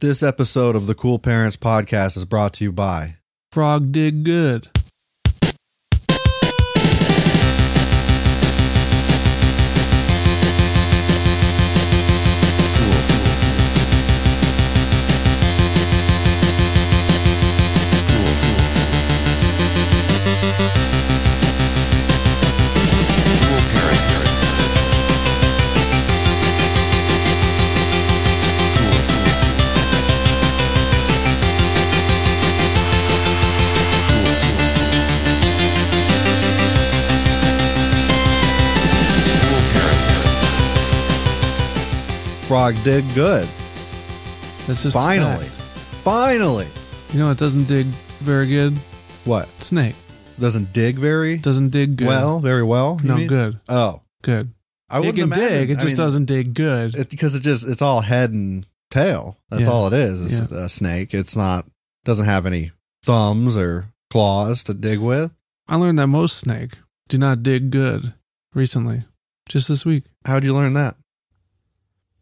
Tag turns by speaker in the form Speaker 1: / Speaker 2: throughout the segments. Speaker 1: This episode of the Cool Parents Podcast is brought to you by
Speaker 2: Frog did good.
Speaker 1: Frog Dig Good.
Speaker 2: That's just a
Speaker 1: Finally.
Speaker 2: fact.
Speaker 1: Finally.
Speaker 2: You know, it doesn't dig very good.
Speaker 1: What?
Speaker 2: Snake
Speaker 1: Doesn't dig very
Speaker 2: doesn't dig good.
Speaker 1: well, very well. you
Speaker 2: No,
Speaker 1: mean?
Speaker 2: good.
Speaker 1: Oh.
Speaker 2: good.
Speaker 1: I
Speaker 2: it
Speaker 1: wouldn't
Speaker 2: can
Speaker 1: imagine.
Speaker 2: dig. It
Speaker 1: I
Speaker 2: just
Speaker 1: mean,
Speaker 2: doesn't dig good.
Speaker 1: It, because it just it's all head and tail. That's
Speaker 2: Yeah.
Speaker 1: all it is. It's a snake. It's not doesn't have any thumbs or claws to dig with.
Speaker 2: I learned that most snake do not dig good. Recently, just this week,
Speaker 1: How'd you learn that?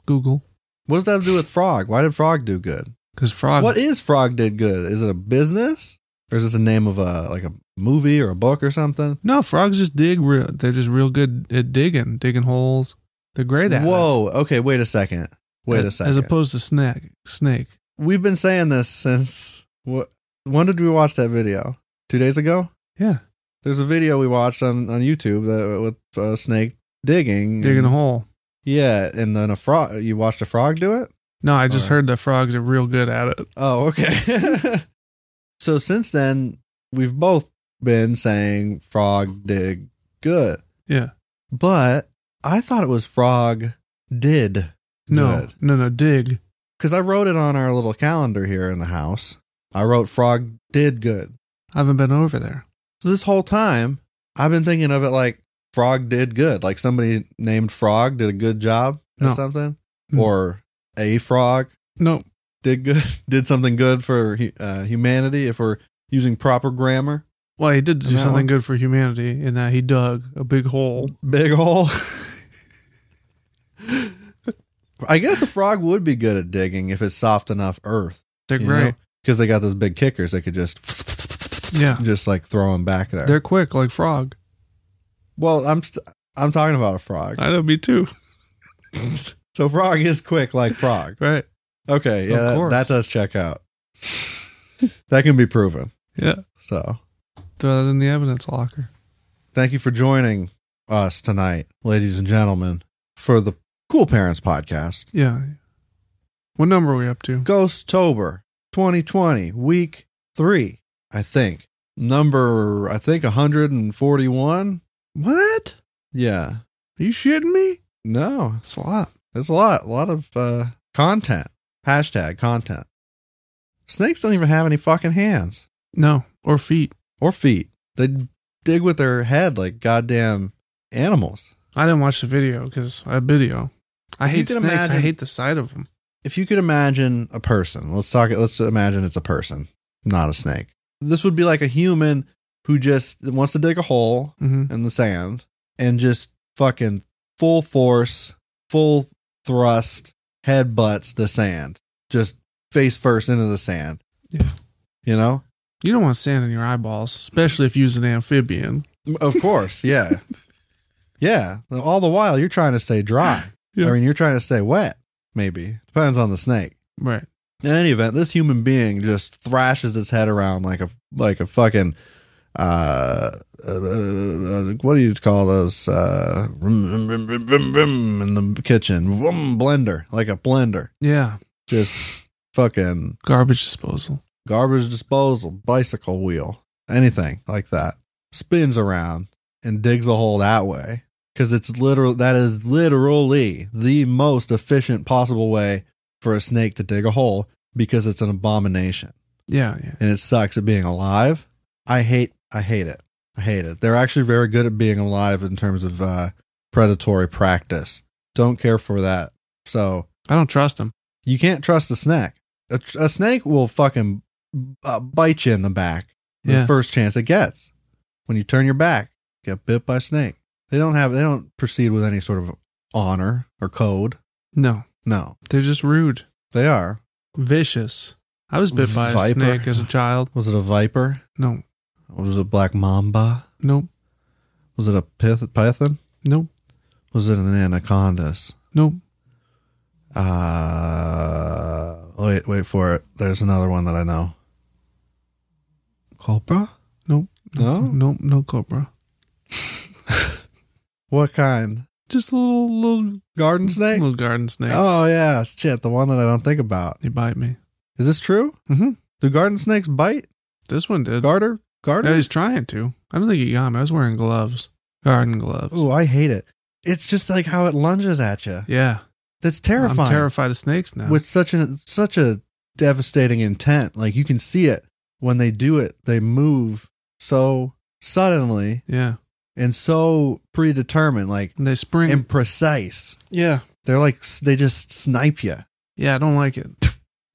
Speaker 2: Google
Speaker 1: What does that have to do with frog? Why did frog do good?
Speaker 2: because frog.
Speaker 1: What is frog did good? Is it a business or is this a name of a like a movie or a book or something?
Speaker 2: No, frogs just dig real. They're just real good at digging, digging holes. They're great at. it.
Speaker 1: Whoa. Okay. Wait a second. Wait a
Speaker 2: As-
Speaker 1: second.
Speaker 2: As opposed to snake, snake.
Speaker 1: We've been saying this since what? When did we watch that video? Two days ago.
Speaker 2: Yeah,
Speaker 1: There's a video we watched on on YouTube that, with a snake digging,
Speaker 2: digging a hole.
Speaker 1: Yeah, and then a frog. You watched a frog do it.
Speaker 2: No, I
Speaker 1: Alright.
Speaker 2: just heard that frogs are real good at it.
Speaker 1: Oh, okay. so since then, we've both been saying frog dig good,
Speaker 2: Yeah.
Speaker 1: but I thought it was frog did
Speaker 2: No, no, no. Dig.
Speaker 1: because I wrote it on our little calendar here in the house. I wrote frog did good.
Speaker 2: I haven't been over there.
Speaker 1: So this whole time, I've been thinking of it like Frog did good, like somebody named Frog did a good job at
Speaker 2: No.
Speaker 1: something,
Speaker 2: Mm.
Speaker 1: or a frog
Speaker 2: No,
Speaker 1: did good, did something good for hu- uh, humanity if we're using proper grammar.
Speaker 2: well, he did do
Speaker 1: that
Speaker 2: something
Speaker 1: one?
Speaker 2: good for humanity in that he dug a big hole.
Speaker 1: Big hole. I guess a frog would be good at digging if it's soft enough earth.
Speaker 2: They're great.
Speaker 1: because they got those big kickers. They could just
Speaker 2: Yeah.
Speaker 1: just like throw them back there.
Speaker 2: They're quick, like frog.
Speaker 1: well, I'm st- I'm talking about a frog.
Speaker 2: I know, me too.
Speaker 1: So frog is quick like frog.
Speaker 2: Right.
Speaker 1: Okay, yeah,
Speaker 2: Of
Speaker 1: that,
Speaker 2: course.
Speaker 1: that does check out. that can be proven.
Speaker 2: Yeah.
Speaker 1: So,
Speaker 2: Throw that in the evidence locker.
Speaker 1: thank you for joining us tonight, ladies and gentlemen, for the Cool Parents Podcast.
Speaker 2: Yeah. What number are we up to?
Speaker 1: Ghost Tober 2020, week three, I think. Number, I think, 141.
Speaker 2: What?
Speaker 1: Yeah.
Speaker 2: Are you shitting me?
Speaker 1: No,
Speaker 2: That's a lot.
Speaker 1: there's a lot, a lot of uh, content. Hashtag content. Snakes don't even have any fucking hands.
Speaker 2: No, or feet.
Speaker 1: or feet. They dig with their head like goddamn animals.
Speaker 2: I didn't watch the video because I video. I
Speaker 1: You
Speaker 2: hate
Speaker 1: can
Speaker 2: snakes. I
Speaker 1: imagine-
Speaker 2: hate the sight of them.
Speaker 1: If you could imagine a person, let's talk. Let's imagine it's a person, not a snake. This would be like a human who just wants to dig a hole
Speaker 2: hmm
Speaker 1: in the sand and just fucking full force, full thrust, head butts the sand, just face first into the sand.
Speaker 2: Yeah.
Speaker 1: You know,
Speaker 2: You don't want sand in your eyeballs, especially if you use an amphibian.
Speaker 1: of course, yeah, yeah. All the while you're trying to stay dry.
Speaker 2: Yeah.
Speaker 1: I mean, you're trying to stay wet, maybe. Depends on the snake.
Speaker 2: Right.
Speaker 1: In any event, this human being just thrashes its head around like a like a fucking uh, uh, uh what do you call those uh vroom, vroom, vroom, vroom, vroom, vroom in the kitchen vroom, blender like a blender
Speaker 2: Yeah.
Speaker 1: just fucking
Speaker 2: Garbage disposal.
Speaker 1: garbage disposal bicycle wheel anything like that spins around and digs a hole that way because it's literal that is literally the most efficient possible way for a snake to dig a hole because it's an abomination
Speaker 2: Yeah, yeah.
Speaker 1: and it sucks at being alive. I hate I hate it. I hate it. They're actually very good at being alive in terms of uh, predatory practice. Don't care for that. So
Speaker 2: I don't trust them.
Speaker 1: you can't trust a snake. A, tr- a snake will fucking uh, bite you in the back
Speaker 2: Yeah.
Speaker 1: the first chance it gets. When you turn your back, get bit by a snake. They don't have. They don't proceed with any sort of honor or code.
Speaker 2: No,
Speaker 1: No,
Speaker 2: they're just rude,
Speaker 1: they are.
Speaker 2: vicious. I was bit by a
Speaker 1: Viper.
Speaker 2: snake as a child.
Speaker 1: Was it a viper?
Speaker 2: No,
Speaker 1: Was it a black mamba?
Speaker 2: nope,
Speaker 1: Was it a pyth- python?
Speaker 2: nope,
Speaker 1: Was it an anacondas?
Speaker 2: nope.
Speaker 1: Uh, wait, wait for it. There's another one that I know. Cobra?
Speaker 2: Nope.
Speaker 1: No?
Speaker 2: Nope. No cobra.
Speaker 1: What kind?
Speaker 2: Just a little little
Speaker 1: Garden snake?
Speaker 2: little garden snake.
Speaker 1: Oh yeah, shit. The one that I don't think about.
Speaker 2: They bite me.
Speaker 1: Is this true?
Speaker 2: hmm
Speaker 1: Do garden snakes bite?
Speaker 2: This one did.
Speaker 1: Garter?
Speaker 2: No,
Speaker 1: Garter?
Speaker 2: he's trying to. I don't think he got me. I was wearing gloves, garden gloves.
Speaker 1: Oh, I hate it. It's just like how it lunges at you.
Speaker 2: yeah,
Speaker 1: That's terrifying.
Speaker 2: I'm terrified of snakes now.
Speaker 1: With such an such a devastating intent. Like you can see it when they do it. They move so suddenly
Speaker 2: yeah,
Speaker 1: and so predetermined. Like
Speaker 2: and they spring.
Speaker 1: and precise.
Speaker 2: yeah,
Speaker 1: They're like they just snipe you
Speaker 2: yeah. I don't like it.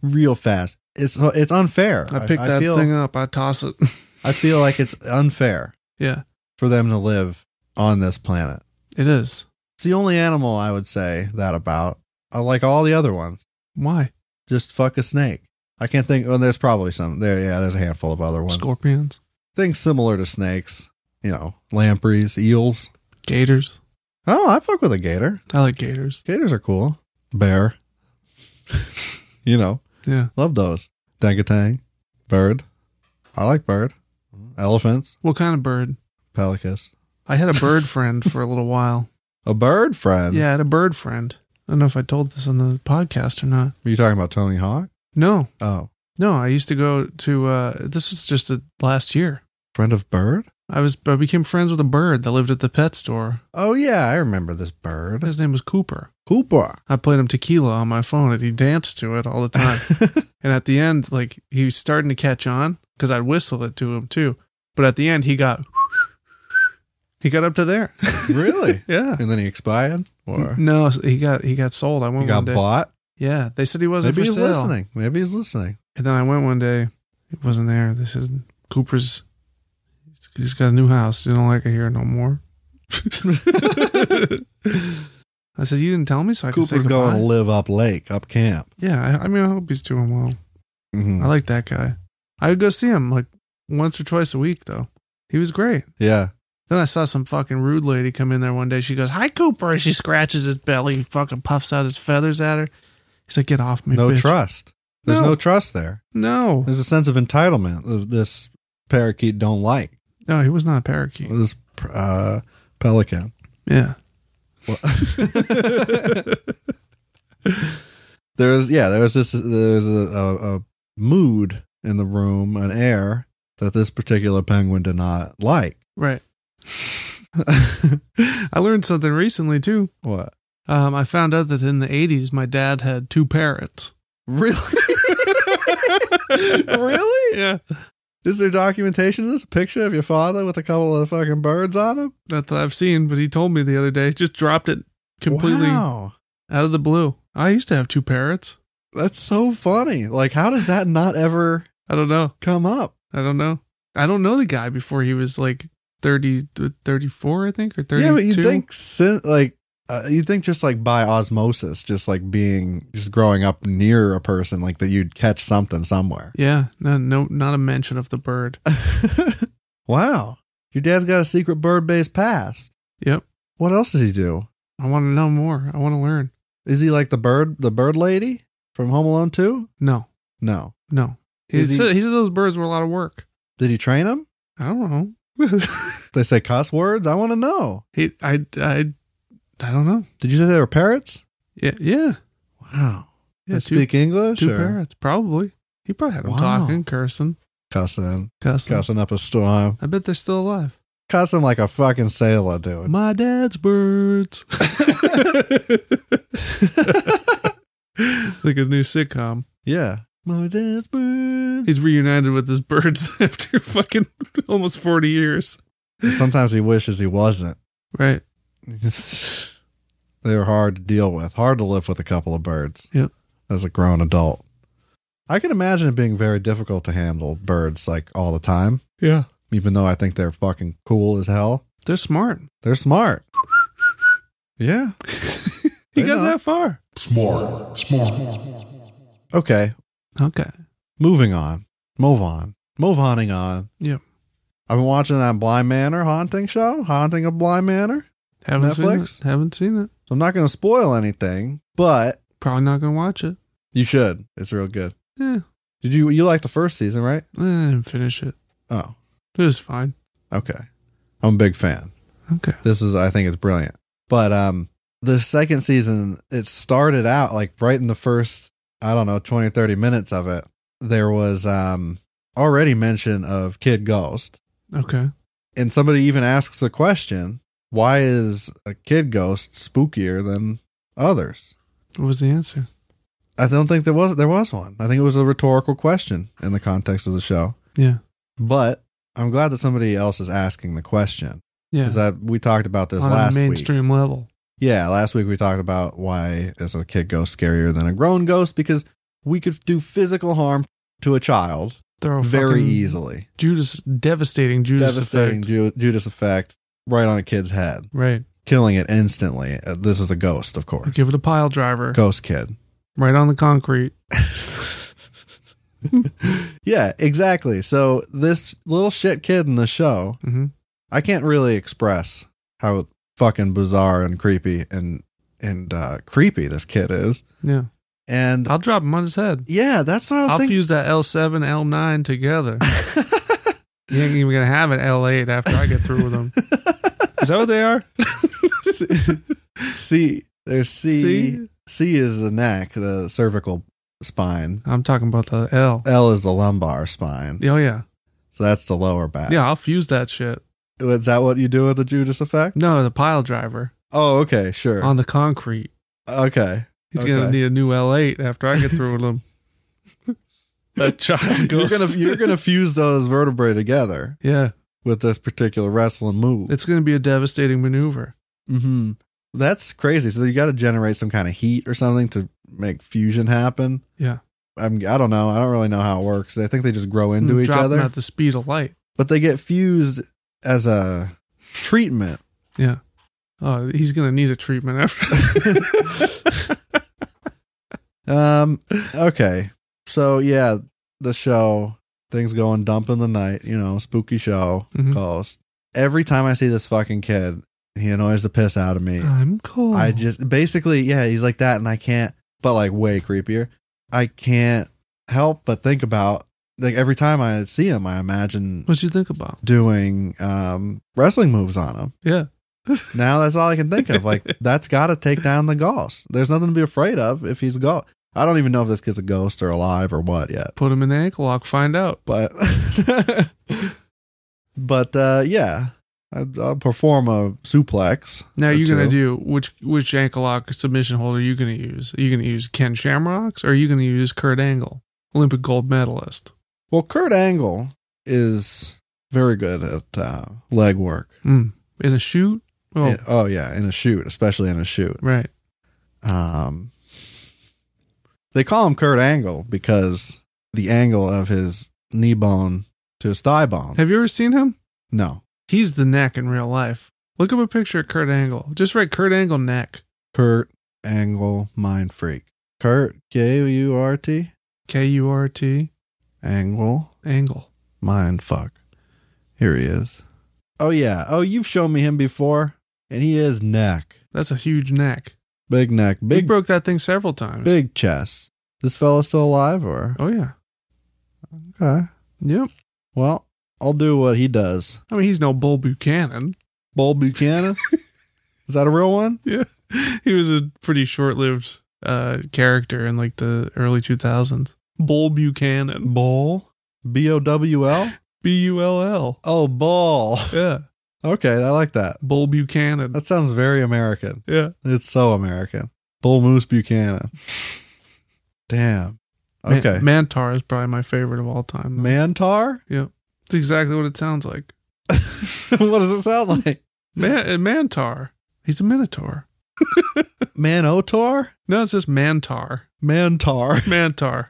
Speaker 1: real fast. It's it's unfair.
Speaker 2: I pick that
Speaker 1: feel,
Speaker 2: thing up. I toss it.
Speaker 1: I feel like it's unfair
Speaker 2: yeah,
Speaker 1: for them to live on this planet.
Speaker 2: it is.
Speaker 1: It's the only animal I would say that about. I like all the other ones.
Speaker 2: Why
Speaker 1: Just fuck a snake. I can't think. Well, there's probably some there. Yeah, there's a handful of other ones.
Speaker 2: scorpions,
Speaker 1: Things similar to snakes. You know, lampreys, eels.
Speaker 2: gators?
Speaker 1: Oh, I fuck with a gator.
Speaker 2: I like gators.
Speaker 1: Gators are cool. Bear. you know.
Speaker 2: Yeah.
Speaker 1: Love those. Dangatang. Bird. I like bird. Mm-hmm. Elephants.
Speaker 2: What kind of bird?
Speaker 1: Pelicans.
Speaker 2: I had a bird friend for a little while.
Speaker 1: A bird friend.
Speaker 2: Yeah, I had a bird friend. I don't know if I told this on the podcast or not.
Speaker 1: Are you talking about Tony Hawk?
Speaker 2: No,
Speaker 1: Oh.
Speaker 2: no. I used to go to. Uh, this was just a, last year.
Speaker 1: Friend of bird?
Speaker 2: I was. I became friends with a bird that lived at the pet store.
Speaker 1: Oh yeah, I remember this bird.
Speaker 2: His name was Cooper.
Speaker 1: Cooper.
Speaker 2: I played him tequila on my phone, and he danced to it all the time. and at the end, like he was starting to catch on because I'd whistle it to him too. But at the end, he got. He got up to there.
Speaker 1: really? Mm-hmm.
Speaker 2: Yeah.
Speaker 1: And then he expired? Or
Speaker 2: No, he got he got sold. I went
Speaker 1: he got
Speaker 2: one day.
Speaker 1: bought?
Speaker 2: Yeah, they said he wasn't
Speaker 1: Maybe
Speaker 2: for
Speaker 1: he's
Speaker 2: sale.
Speaker 1: listening. Maybe he's listening.
Speaker 2: And then I went one day. It wasn't there. They said Cooper's. He's got a new house. You don't like it here no more. I said you didn't tell me, so I could
Speaker 1: Cooper's
Speaker 2: say goodbye.
Speaker 1: going to live up lake, up camp.
Speaker 2: yeah, I, I mean, I hope he's doing well.
Speaker 1: Mhm.
Speaker 2: I like that guy. I would go see him like once or twice a week though. He was great.
Speaker 1: Yeah.
Speaker 2: Then I saw some fucking rude lady come in there one day. She goes, "Hi, Cooper," and she scratches his belly, and fucking puffs out his feathers at her. He's like, "Get off me,
Speaker 1: No
Speaker 2: bitch."
Speaker 1: trust. There's
Speaker 2: No.
Speaker 1: no trust there.
Speaker 2: No,
Speaker 1: There's a sense of entitlement that this parakeet don't like.
Speaker 2: no, he was not a parakeet.
Speaker 1: This uh, pelican.
Speaker 2: Yeah.
Speaker 1: There's yeah, there's this there's a, a, a mood in the room, an air that this particular penguin did not like.
Speaker 2: Right. I learned something recently too.
Speaker 1: What?
Speaker 2: Um, I found out that in the '80s, my dad had two parrots.
Speaker 1: Really? really?
Speaker 2: Yeah,
Speaker 1: Is there documentation of this? A picture of your father with a couple of fucking birds on him?
Speaker 2: not that I've seen, but he told me the other day. Just dropped it completely
Speaker 1: Wow.
Speaker 2: out of the blue. I used to have two parrots.
Speaker 1: That's so funny. Like, how does that not ever
Speaker 2: I don't know.
Speaker 1: come up?
Speaker 2: I don't know. I don't know the guy before he was like 30, 34, I think, or 32.
Speaker 1: Yeah, but you think sin- like uh, you think just like by osmosis, just like being just growing up near a person, like that you'd catch something somewhere.
Speaker 2: Yeah, no, no, not a mention of the bird.
Speaker 1: wow, your dad's got a secret bird-based past.
Speaker 2: Yep.
Speaker 1: What else does he do?
Speaker 2: I want to know more. I want to learn.
Speaker 1: Is he like the bird, the bird lady from Home Alone Two?
Speaker 2: No,
Speaker 1: No.
Speaker 2: no. He,
Speaker 1: Is he-
Speaker 2: said, he said those birds were a lot of work.
Speaker 1: Did he train him?
Speaker 2: I don't know.
Speaker 1: They say cuss words. I want to know.
Speaker 2: he, I, I, I don't know.
Speaker 1: Did you say they were parrots?
Speaker 2: Yeah, yeah.
Speaker 1: Wow.
Speaker 2: yeah
Speaker 1: they speak English
Speaker 2: two
Speaker 1: or
Speaker 2: parrots, probably. He probably had them
Speaker 1: Wow.
Speaker 2: talking, cursing,
Speaker 1: cussing,
Speaker 2: cussing.
Speaker 1: cussing up a storm,
Speaker 2: I bet they're still alive.
Speaker 1: cussing like a fucking sailor, dude.
Speaker 2: My dad's birds. like his new sitcom.
Speaker 1: Yeah. My dad's bird.
Speaker 2: He's reunited with his birds after fucking almost 40 years.
Speaker 1: And sometimes he wishes he wasn't.
Speaker 2: Right.
Speaker 1: they were hard to deal with, hard to live with a couple of birds.
Speaker 2: Yep.
Speaker 1: As a grown adult, I can imagine it being very difficult to handle birds like all the time.
Speaker 2: Yeah.
Speaker 1: Even though I think they're fucking cool as hell,
Speaker 2: They're smart.
Speaker 1: they're smart. Yeah.
Speaker 2: He
Speaker 1: They
Speaker 2: got
Speaker 1: know.
Speaker 2: that far.
Speaker 1: Okay.
Speaker 2: Okay.
Speaker 1: Moving on. Move on. Move oning on.
Speaker 2: Yep.
Speaker 1: I've been watching that Blind Manor haunting show, haunting of Blind Manor.
Speaker 2: Haven't
Speaker 1: Netflix?
Speaker 2: seen it. Haven't seen it.
Speaker 1: So I'm not going to spoil anything, but
Speaker 2: Probably not gonna watch it.
Speaker 1: you should. It's real good.
Speaker 2: Yeah.
Speaker 1: Did you you like the first season, right?
Speaker 2: I didn't finish it.
Speaker 1: Oh,
Speaker 2: It was fine.
Speaker 1: okay. I'm a big fan.
Speaker 2: Okay.
Speaker 1: This is I think it's brilliant. But um the second season it started out like right in the first I don't know 20 30 minutes of it there was um already mention of Kid Ghost
Speaker 2: Okay.
Speaker 1: and somebody even asks the question, why is a Kid Ghost spookier than others?
Speaker 2: What was the answer?
Speaker 1: I don't think there was there was one. I think it was a rhetorical question in the context of the show.
Speaker 2: Yeah.
Speaker 1: But I'm glad that somebody else is asking the question
Speaker 2: Yeah.
Speaker 1: because we talked about this
Speaker 2: On
Speaker 1: last
Speaker 2: a
Speaker 1: week.
Speaker 2: mainstream level.
Speaker 1: Yeah, last week we talked about why is a kid ghost scarier than a grown ghost because we could do physical harm to a child
Speaker 2: Throw a
Speaker 1: very
Speaker 2: fucking
Speaker 1: easily.
Speaker 2: Judas devastating Judas
Speaker 1: Devastating
Speaker 2: effect.
Speaker 1: Ju- Judas effect right on a kid's head,
Speaker 2: Right.
Speaker 1: killing it instantly. Uh, this is a ghost, of course.
Speaker 2: Give it a pile driver.
Speaker 1: Ghost kid.
Speaker 2: Right on the concrete.
Speaker 1: yeah, exactly. So this little shit kid in the show
Speaker 2: Mm-hmm.
Speaker 1: I can't really express how fucking bizarre and creepy and and uh, creepy this kid is.
Speaker 2: Yeah.
Speaker 1: And
Speaker 2: I'll drop him on his head.
Speaker 1: yeah, that's what I was
Speaker 2: I'll
Speaker 1: thinking.
Speaker 2: fuse that L7, L9 together. you ain't even going to have an L8 after I get through with them. Is that what they are?
Speaker 1: C, there's C. C.
Speaker 2: See?
Speaker 1: is the neck, the cervical spine.
Speaker 2: I'm talking about the L.
Speaker 1: L is the lumbar spine.
Speaker 2: Oh, yeah.
Speaker 1: So that's the lower back.
Speaker 2: Yeah, I'll fuse that shit.
Speaker 1: Is that what you do with the Judas effect?
Speaker 2: No, the pile driver
Speaker 1: Oh, okay, sure.
Speaker 2: on the concrete.
Speaker 1: okay.
Speaker 2: He's going
Speaker 1: Okay.
Speaker 2: to need a new L8 after I get through with him. that child
Speaker 1: You're
Speaker 2: goes.
Speaker 1: gonna you're gonna fuse those vertebrae together
Speaker 2: yeah,
Speaker 1: with this particular wrestling move.
Speaker 2: it's mm-hmm. going to be a devastating maneuver.
Speaker 1: hmm That's crazy. So you got to generate some kind of heat or something to make fusion happen.
Speaker 2: Yeah.
Speaker 1: I'm, I don't know. I don't really know how it works. I think they just grow into each
Speaker 2: Mm, Drop 'em
Speaker 1: other,
Speaker 2: at the speed of light.
Speaker 1: but they get fused as a treatment.
Speaker 2: Yeah. Oh, he's going to need a treatment after.
Speaker 1: Um. Okay. So yeah, the show things going dump in the night. You know, spooky show
Speaker 2: Mhm.
Speaker 1: calls. Every time I see this fucking kid, he annoys the piss out of me.
Speaker 2: I'm cold.
Speaker 1: I just basically, yeah, he's like that, and I can't, but like way creepier. I can't help but think about like every time I see him, I imagine
Speaker 2: What'd you think about?
Speaker 1: doing um, wrestling moves on him.
Speaker 2: Yeah.
Speaker 1: Now that's all I can think of. Like that's got to take down the ghost. There's nothing to be afraid of if he's a ghost. I don't even know if this kid's a ghost or alive or what yet,
Speaker 2: Put him in the ankle lock. Find out.
Speaker 1: but but uh, yeah, I, I'll perform a suplex.
Speaker 2: Now
Speaker 1: or
Speaker 2: you're gonna
Speaker 1: two.
Speaker 2: do which which ankle lock submission holder are you gonna use? Are you gonna use Ken Shamrocks or are you gonna use Kurt Angle, Olympic gold medalist?
Speaker 1: Well, Kurt Angle is very good at uh, leg work.
Speaker 2: Mm. In a shoot? Oh,
Speaker 1: In- oh yeah, in a shoot, especially in a shoot.
Speaker 2: right.
Speaker 1: Um, they call him Kurt Angle because the angle of his knee bone to his thigh bone.
Speaker 2: Have you ever seen him?
Speaker 1: No,
Speaker 2: He's the neck in real life. Look up a picture of Kurt Angle. Just write Kurt Angle neck.
Speaker 1: Kurt Angle, mind freak. Kurt K U R T
Speaker 2: K U R T
Speaker 1: Angle,
Speaker 2: Angle.
Speaker 1: mind fuck. Here he is. Oh yeah. Oh, you've shown me him before, and he is neck,
Speaker 2: That's a huge neck.
Speaker 1: big neck,
Speaker 2: He
Speaker 1: big
Speaker 2: broke that thing several times.
Speaker 1: Big chest. This fella's still alive, or
Speaker 2: Oh yeah.
Speaker 1: okay.
Speaker 2: Yep.
Speaker 1: Well, I'll do what he does.
Speaker 2: I mean he's no Bull Buchanan.
Speaker 1: Bull Buchanan. Is that a real one?
Speaker 2: Yeah. He was a pretty short lived uh, character in like the early 2000s. Bull Buchanan.
Speaker 1: Bull. B O W L.
Speaker 2: B U L L.
Speaker 1: Oh, bull.
Speaker 2: Yeah.
Speaker 1: Okay, I like that.
Speaker 2: Bull Buchanan.
Speaker 1: That sounds very American.
Speaker 2: yeah.
Speaker 1: It's so American. Bull Moose Buchanan. Damn.
Speaker 2: Man-
Speaker 1: Okay.
Speaker 2: Mantar is probably my favorite of all time. though.
Speaker 1: Mantar?
Speaker 2: Yep. It's exactly what it sounds like.
Speaker 1: what does it sound like?
Speaker 2: Man- uh, Mantar. He's a minotaur.
Speaker 1: Manotar?
Speaker 2: No, it's just Mantar.
Speaker 1: Mantar.
Speaker 2: Mantar.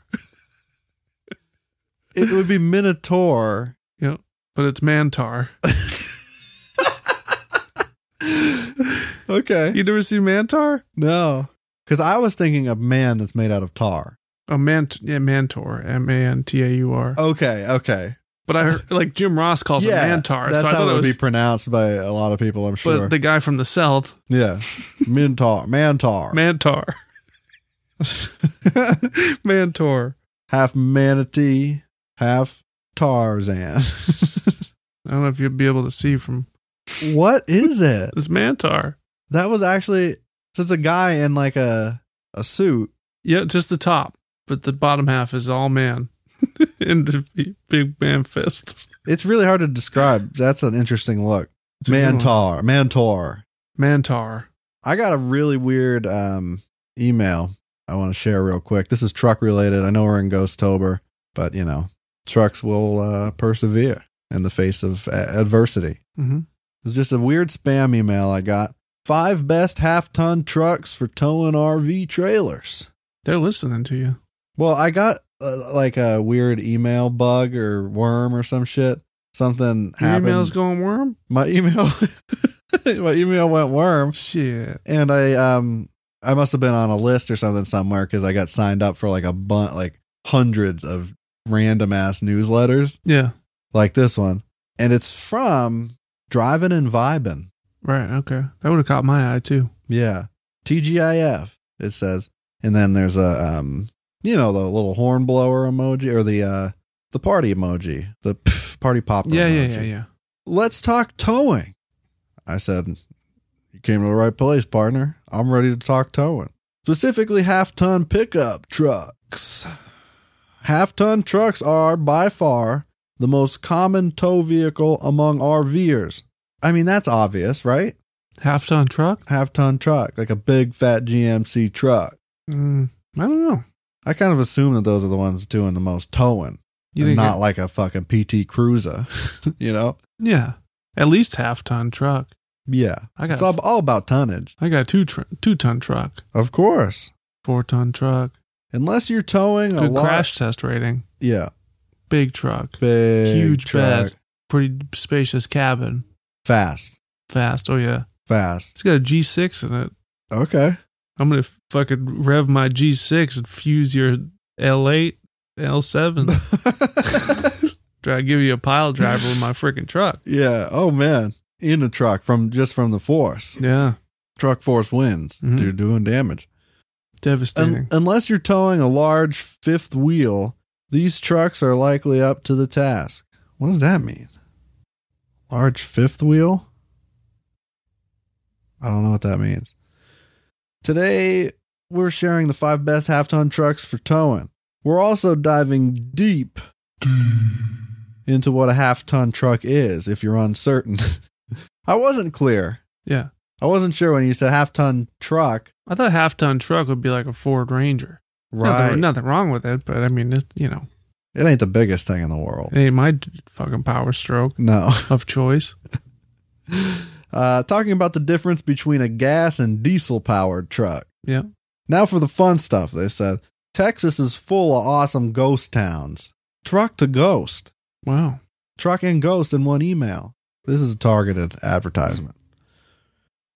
Speaker 1: It would be Minotaur.
Speaker 2: Yep. But it's Mantar.
Speaker 1: Okay.
Speaker 2: You never seen Mantar?
Speaker 1: No. Because I was thinking of man that's made out of tar.
Speaker 2: Oh, Mant- yeah, Mantor. M A N T A U R.
Speaker 1: Okay, okay.
Speaker 2: But I heard, like, Jim Ross calls
Speaker 1: Oh. yeah,
Speaker 2: it Mantar.
Speaker 1: That's
Speaker 2: So I
Speaker 1: how
Speaker 2: thought
Speaker 1: it
Speaker 2: it
Speaker 1: would
Speaker 2: was.
Speaker 1: be pronounced by a lot of people, I'm
Speaker 2: but
Speaker 1: sure.
Speaker 2: the guy from the South,
Speaker 1: yeah. Mintar. Mantar.
Speaker 2: Mantar. Mantor.
Speaker 1: half manatee, half Tarzan.
Speaker 2: I don't know if you'd be able to see from
Speaker 1: what is it?
Speaker 2: this Mantar.
Speaker 1: That was actually so it's a guy in like a a suit.
Speaker 2: Yeah, just the top, but the bottom half is all man and the b- big man fists.
Speaker 1: It's really hard to describe. That's an interesting look.
Speaker 2: It's a good one.
Speaker 1: Mantar, Mantor.
Speaker 2: Mantar.
Speaker 1: I got a really weird um, email I want to share real quick. This is truck related. I know we're in Ghosttober, but you know, trucks will uh, persevere in the face of a- adversity.
Speaker 2: Mm-hmm.
Speaker 1: It's just a weird spam email I got. Five best half ton trucks for towing RV trailers.
Speaker 2: They're listening to you.
Speaker 1: Well, I got uh, like a weird email bug or worm or some shit. Something
Speaker 2: Your
Speaker 1: happened.
Speaker 2: email's going worm?
Speaker 1: my email, my email went worm,
Speaker 2: Shit.
Speaker 1: and I um I must have been on a list or something somewhere because I got signed up for like a bunch, like hundreds of random ass newsletters
Speaker 2: Yeah.
Speaker 1: like this one, and it's from Driving and Vibin.
Speaker 2: Right. Okay. That would have caught my eye too.
Speaker 1: Yeah. TGIF, it says. And then there's a um you know, the little horn blower emoji or the uh the party emoji, the pff, party popper
Speaker 2: Yeah. Yeah.
Speaker 1: emoji.
Speaker 2: Yeah. Yeah.
Speaker 1: Let's talk towing. I said, You came to the right place, partner. I'm ready to talk towing. Specifically half ton pickup trucks. Half ton trucks are by far the most common tow vehicle among RVers. I mean, that's obvious, right?
Speaker 2: Half ton truck?
Speaker 1: half ton truck, like a big fat GMC truck.
Speaker 2: Mm, I don't know.
Speaker 1: I kind of assume that those are the ones doing the most towing,
Speaker 2: You
Speaker 1: and
Speaker 2: think?
Speaker 1: not like a fucking PT Cruiser, you know?
Speaker 2: it- yeah. At least half ton truck.
Speaker 1: Yeah,
Speaker 2: I got.
Speaker 1: it's all, all about tonnage,
Speaker 2: I got a two tr- two ton truck,
Speaker 1: of course.
Speaker 2: four ton truck.
Speaker 1: Unless you're towing a
Speaker 2: Good
Speaker 1: lot,
Speaker 2: crash test rating.
Speaker 1: yeah,
Speaker 2: Big truck.
Speaker 1: big,
Speaker 2: Huge
Speaker 1: truck,
Speaker 2: bed. Pretty spacious cabin.
Speaker 1: fast,
Speaker 2: Fast. Oh yeah.
Speaker 1: fast.
Speaker 2: It's got a G6 in it.
Speaker 1: Okay,
Speaker 2: I'm gonna fucking rev my G6 and fuse your L8, L7. Try to give you a pile driver with my freaking truck.
Speaker 1: yeah. Oh man, in the truck from just from the force,
Speaker 2: Yeah,
Speaker 1: truck force wins.
Speaker 2: Mhm.
Speaker 1: You're doing damage. Un-
Speaker 2: devastating.
Speaker 1: unless you're towing a large fifth wheel, these trucks are likely up to the task. What does that mean? Large fifth wheel? I don't know what that means. Today, we're sharing the five best half ton trucks for towing. We're also diving deep into what a half ton truck is if you're uncertain. I wasn't clear.
Speaker 2: yeah,
Speaker 1: I wasn't sure when you said half ton truck.
Speaker 2: I thought half ton truck would be like a Ford Ranger.
Speaker 1: Right.
Speaker 2: nothing, nothing wrong with it, but I mean, it, you know,
Speaker 1: It ain't the biggest thing in the world.
Speaker 2: it ain't my d- fucking power stroke
Speaker 1: No.
Speaker 2: of choice.
Speaker 1: Uh, talking about the difference between a gas and diesel powered truck.
Speaker 2: Yeah,
Speaker 1: Now for the fun stuff, they said. Texas is full of awesome ghost towns. Truck to ghost.
Speaker 2: wow.
Speaker 1: Truck and ghost in one email. This is a targeted advertisement.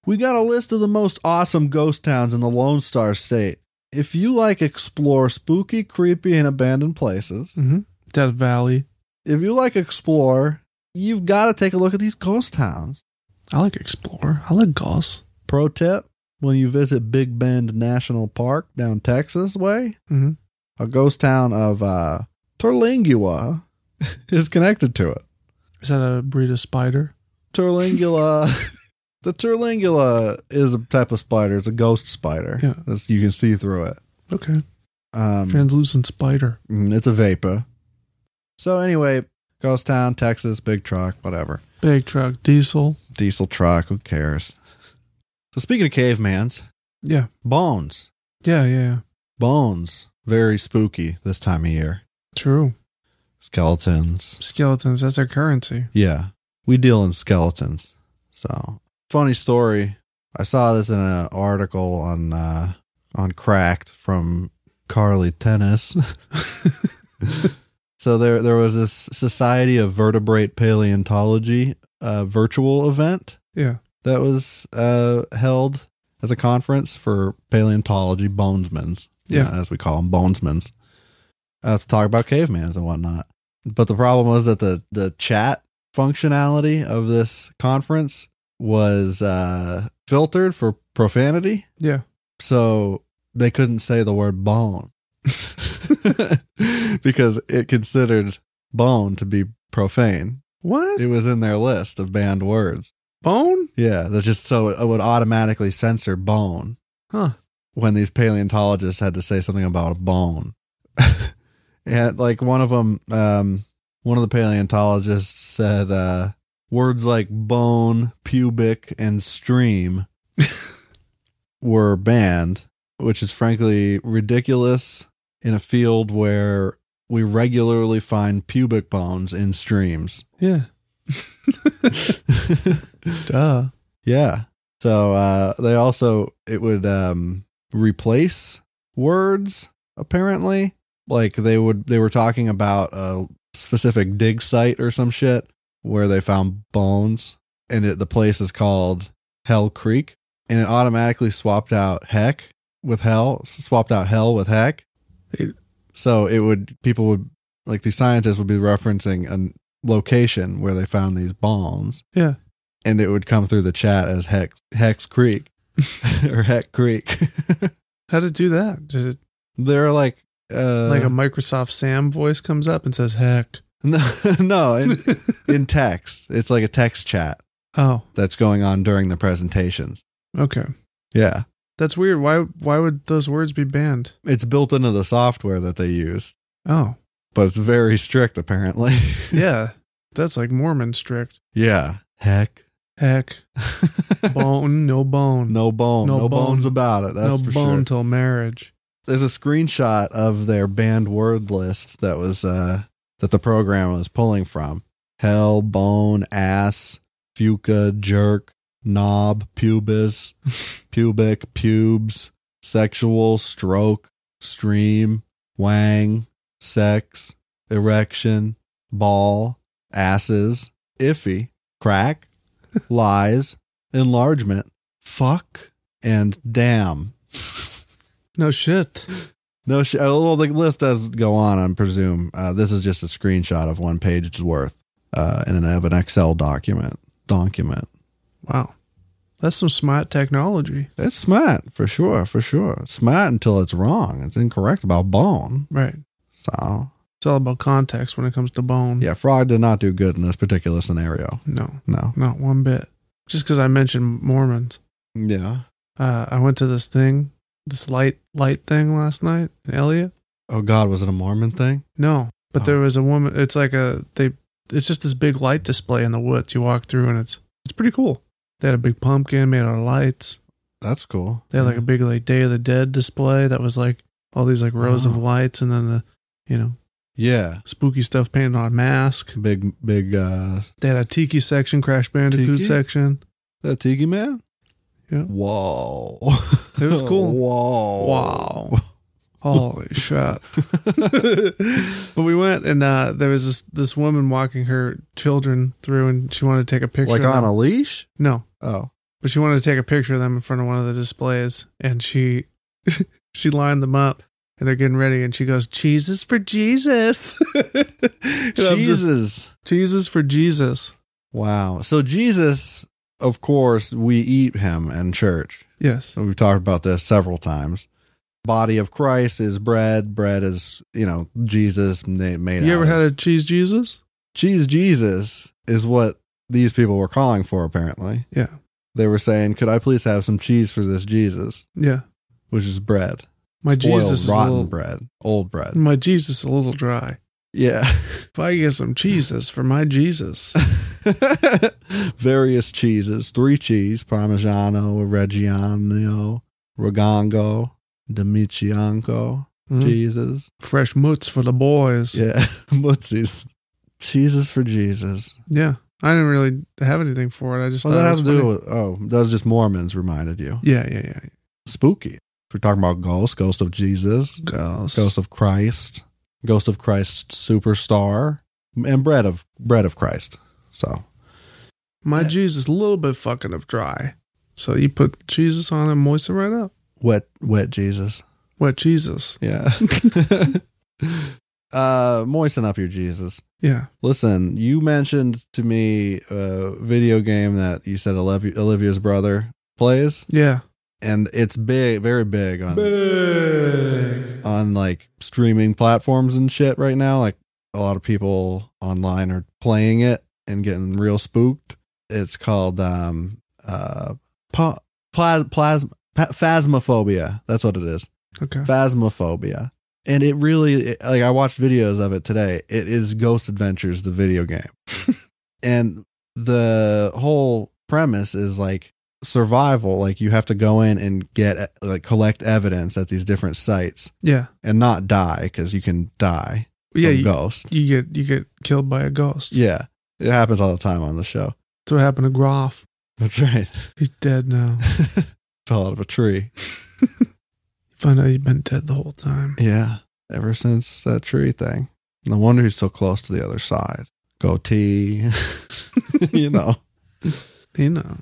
Speaker 1: We got a list of the most awesome ghost towns in the Lone Star State. If you like explore spooky, creepy, and abandoned places,
Speaker 2: hmm Death Valley.
Speaker 1: if you like explore, you've got to take a look at these ghost towns.
Speaker 2: I like Explorer. I like Gauss.
Speaker 1: Pro tip when you visit Big Bend National Park down Texas way,
Speaker 2: hmm
Speaker 1: a ghost town of uh, Terlingua is connected to it.
Speaker 2: Is that a breed of spider?
Speaker 1: Terlingua. the Terlingua is a type of spider. It's a ghost spider.
Speaker 2: Yeah.
Speaker 1: That's- you can see through it.
Speaker 2: Okay,
Speaker 1: Um,
Speaker 2: translucent spider.
Speaker 1: mm, it's a vapor. So, anyway, ghost town, Texas, big truck, whatever.
Speaker 2: Big truck, diesel.
Speaker 1: Diesel truck, who cares? So, speaking of cavemans,
Speaker 2: Yeah.
Speaker 1: bones.
Speaker 2: Yeah, yeah, yeah.
Speaker 1: Bones. Very spooky this time of year.
Speaker 2: True.
Speaker 1: Skeletons.
Speaker 2: Skeletons, that's our currency.
Speaker 1: Yeah. We deal in skeletons. So, funny story. I saw this in an article on uh on Cracked from Carly Tennis. so there there was this Society of Vertebrate Paleontology uh virtual event
Speaker 2: Yeah.
Speaker 1: that was uh held as a conference for paleontology bonesmans.
Speaker 2: Yeah.
Speaker 1: uh, as we call them, bonesmans. Uh, to talk about cavemans and whatnot. But the problem was that the the chat functionality of this conference was uh filtered for profanity,
Speaker 2: Yeah.
Speaker 1: so they couldn't say the word bone because it considered bone to be profane.
Speaker 2: What?
Speaker 1: It was in their list of banned words.
Speaker 2: Bone?
Speaker 1: Yeah, that's just so it would automatically censor bone
Speaker 2: Huh.
Speaker 1: when these paleontologists had to say something about a bone. and like one of them, um, one of the paleontologists said uh, words like bone, pubic, and stream were banned, which is frankly ridiculous in a field where we regularly find pubic bones in streams.
Speaker 2: Yeah. Duh.
Speaker 1: Yeah. So uh, they also it would um, replace words apparently. Like they would they were talking about a specific dig site or some shit where they found bones, and it, the place is called Hell Creek, and it automatically swapped out heck with hell, swapped out hell with heck.
Speaker 2: It-
Speaker 1: so it would people would like the scientists would be referencing a location where they found these bones
Speaker 2: Yeah.
Speaker 1: and it would come through the chat as Hex Hex Creek or Heck Creek.
Speaker 2: How did it do that? Did it,
Speaker 1: They're like uh,
Speaker 2: like a Microsoft Sam voice comes up and says, heck.
Speaker 1: no, no in, in text. It's like a text chat
Speaker 2: oh,
Speaker 1: that's going on during the presentations.
Speaker 2: okay.
Speaker 1: Yeah,
Speaker 2: That's weird. Why why would those words be banned?
Speaker 1: it's built into the software that they use,
Speaker 2: Oh.
Speaker 1: but it's very strict apparently.
Speaker 2: Yeah. That's like Mormon strict.
Speaker 1: yeah, heck,
Speaker 2: Heck. Bone, no bone.
Speaker 1: no bone, no,
Speaker 2: No
Speaker 1: bones
Speaker 2: bone.
Speaker 1: about it. That's
Speaker 2: no
Speaker 1: for
Speaker 2: bone
Speaker 1: sure.
Speaker 2: till marriage.
Speaker 1: there's a screenshot of their banned word list that was uh that the program was pulling from hell bone ass fuca jerk knob pubis pubic pubes sexual stroke stream wang sex erection ball asses iffy crack lies enlargement fuck and damn
Speaker 2: No shit.
Speaker 1: no, sh- oh, well, the list does go on. I presume uh, this is just a screenshot of one page's worth uh, in an of an Excel document. Document.
Speaker 2: Wow. That's some smart technology.
Speaker 1: It's smart for sure, for sure. Smart until it's wrong. It's incorrect about bone.
Speaker 2: Right.
Speaker 1: So
Speaker 2: It's all about context when it comes to bone.
Speaker 1: yeah, Frog did not do good in this particular scenario.
Speaker 2: No,
Speaker 1: No.
Speaker 2: not one bit. Just because I mentioned Mormons.
Speaker 1: Yeah.
Speaker 2: Uh, I went to this thing, this light light thing last night in Elliot.
Speaker 1: Oh God, was it a Mormon thing?
Speaker 2: No, but
Speaker 1: Oh.
Speaker 2: there was a woman. It's like a they. It's just this big light display in the woods. You walk through and it's it's pretty cool. They had a big pumpkin made out of lights.
Speaker 1: That's cool.
Speaker 2: They had like a big like Day of the Dead display that was like all these like rows of
Speaker 1: Oh.
Speaker 2: lights and then the you know
Speaker 1: yeah,
Speaker 2: spooky stuff painted on a mask.
Speaker 1: big big uh,
Speaker 2: They had a tiki section, Crash Bandicoot
Speaker 1: Tiki?
Speaker 2: section.
Speaker 1: that tiki man.
Speaker 2: Yeah.
Speaker 1: Whoa.
Speaker 2: It was cool.
Speaker 1: Whoa. Oh.
Speaker 2: Wow. Holy shit. but we went and uh, there was this this woman walking her children through and she wanted to take a picture
Speaker 1: like
Speaker 2: of
Speaker 1: on
Speaker 2: them.
Speaker 1: a leash?
Speaker 2: no
Speaker 1: Oh.
Speaker 2: but she wanted to take a picture of them in front of one of the displays and she she lined them up and they're getting ready and she goes jesus for jesus And I'm just,
Speaker 1: Jesus.
Speaker 2: jesus for jesus
Speaker 1: wow. So Jesus, of course, we eat him in church.
Speaker 2: yes
Speaker 1: So we've talked about this several times. Body of Christ is bread. Bread is, you know, Jesus na- made
Speaker 2: you
Speaker 1: out
Speaker 2: ever
Speaker 1: of.
Speaker 2: had a cheese jesus
Speaker 1: Cheese Jesus is what these people were calling for, apparently.
Speaker 2: yeah
Speaker 1: They were saying, could I please have some cheese for this Jesus,
Speaker 2: yeah
Speaker 1: which is bread.
Speaker 2: my
Speaker 1: Spoiled,
Speaker 2: jesus is a
Speaker 1: rotten
Speaker 2: little Mm.
Speaker 1: bread. Old bread.
Speaker 2: my jesus is a little dry
Speaker 1: Yeah.
Speaker 2: if i get some jesus for my jesus
Speaker 1: various cheeses, three cheese, Parmigiano, Reggiano, Rogango, Domicianco,
Speaker 2: Mm.
Speaker 1: Jesus.
Speaker 2: Fresh moots for the boys. Yeah.
Speaker 1: Yeah. Mutzies. Jesus for Jesus.
Speaker 2: I didn't really have anything for it. I just
Speaker 1: Well,
Speaker 2: thought
Speaker 1: that
Speaker 2: it
Speaker 1: has
Speaker 2: was
Speaker 1: to do
Speaker 2: funny.
Speaker 1: with, oh, that was just Mormons reminded you.
Speaker 2: Yeah, yeah, yeah.
Speaker 1: Spooky. We're talking about ghosts, ghost of Jesus,
Speaker 2: Girls.
Speaker 1: ghost of Christ, ghost of Christ superstar, and bread of bread of Christ. So
Speaker 2: My Jesus, a little bit fucking of dry. So you put Jesus on and moisten right up.
Speaker 1: wet wet Jesus.
Speaker 2: What Jesus?
Speaker 1: Yeah. uh moisten up your Jesus.
Speaker 2: Yeah.
Speaker 1: Listen, you mentioned to me a video game that you said Olivia, Olivia's brother plays,
Speaker 2: Yeah.
Speaker 1: and it's big, very big on on like streaming platforms and shit right now. Like a lot of people online are playing it and getting real spooked. It's called um uh pa- plas- plasma pa- phasmophobia. That's what it is
Speaker 2: Okay.
Speaker 1: phasmophobia and it really it- like i watched videos of it today it is ghost adventures the video game and the whole premise is like survival like you have to go in and get like collect evidence at these different sites
Speaker 2: Yeah.
Speaker 1: and not die because you can die
Speaker 2: Yeah.
Speaker 1: from
Speaker 2: You,
Speaker 1: ghost
Speaker 2: you get you get killed by a ghost.
Speaker 1: yeah it happens all the time on the show
Speaker 2: That's what happened to Groff.
Speaker 1: that's right
Speaker 2: He's dead now.
Speaker 1: fell out of a tree
Speaker 2: Find out he's been dead the whole time.
Speaker 1: Yeah. Ever since that tree thing. No wonder he's so close to the other side. Goatee. you know.
Speaker 2: You know.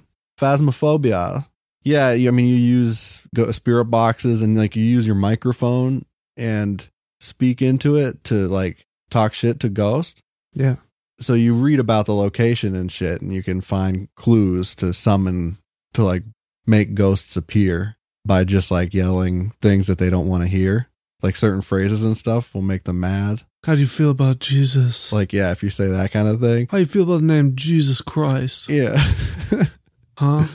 Speaker 1: Phasmophobia. Yeah, you- I mean you use go- spirit boxes and like you use your microphone and speak into it to like talk shit to ghosts.
Speaker 2: Yeah.
Speaker 1: So you read about the location and shit and you can find clues to summon to like make ghosts appear by just like yelling things that they don't want to hear. Like certain phrases and stuff will make them mad.
Speaker 2: How do you feel about Jesus?
Speaker 1: Like, yeah, if you say that kind of thing.
Speaker 2: How you feel about the name Jesus Christ?
Speaker 1: Yeah.
Speaker 2: Huh?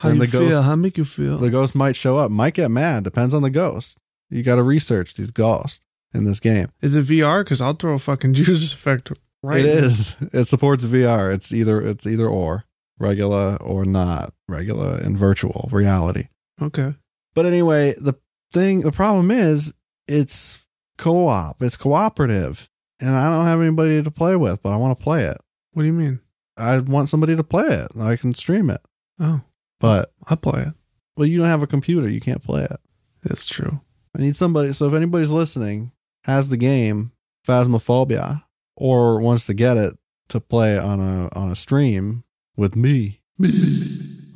Speaker 2: How
Speaker 1: And
Speaker 2: you
Speaker 1: the ghost-
Speaker 2: feel? How make you feel?
Speaker 1: the ghost might show up, might get mad. Depends on the ghost. You got to research these ghosts in this game.
Speaker 2: Is it VR? Because I'll throw a fucking Jesus effect right.
Speaker 1: It
Speaker 2: now.
Speaker 1: is. It supports VR. It's either it's either or regular or not regular and virtual reality.
Speaker 2: Okay.
Speaker 1: But anyway, the thing, the problem is, it's co-op. It's cooperative, and I don't have anybody to play with. But I want to play it.
Speaker 2: What do you mean?
Speaker 1: I want somebody to play it. I can stream it.
Speaker 2: Oh,
Speaker 1: But
Speaker 2: I play it.
Speaker 1: well, you don't have a computer. You can't play it.
Speaker 2: That's true.
Speaker 1: I need somebody. So if anybody's listening, has the game Phasmophobia or wants to get it to play on a on a stream with me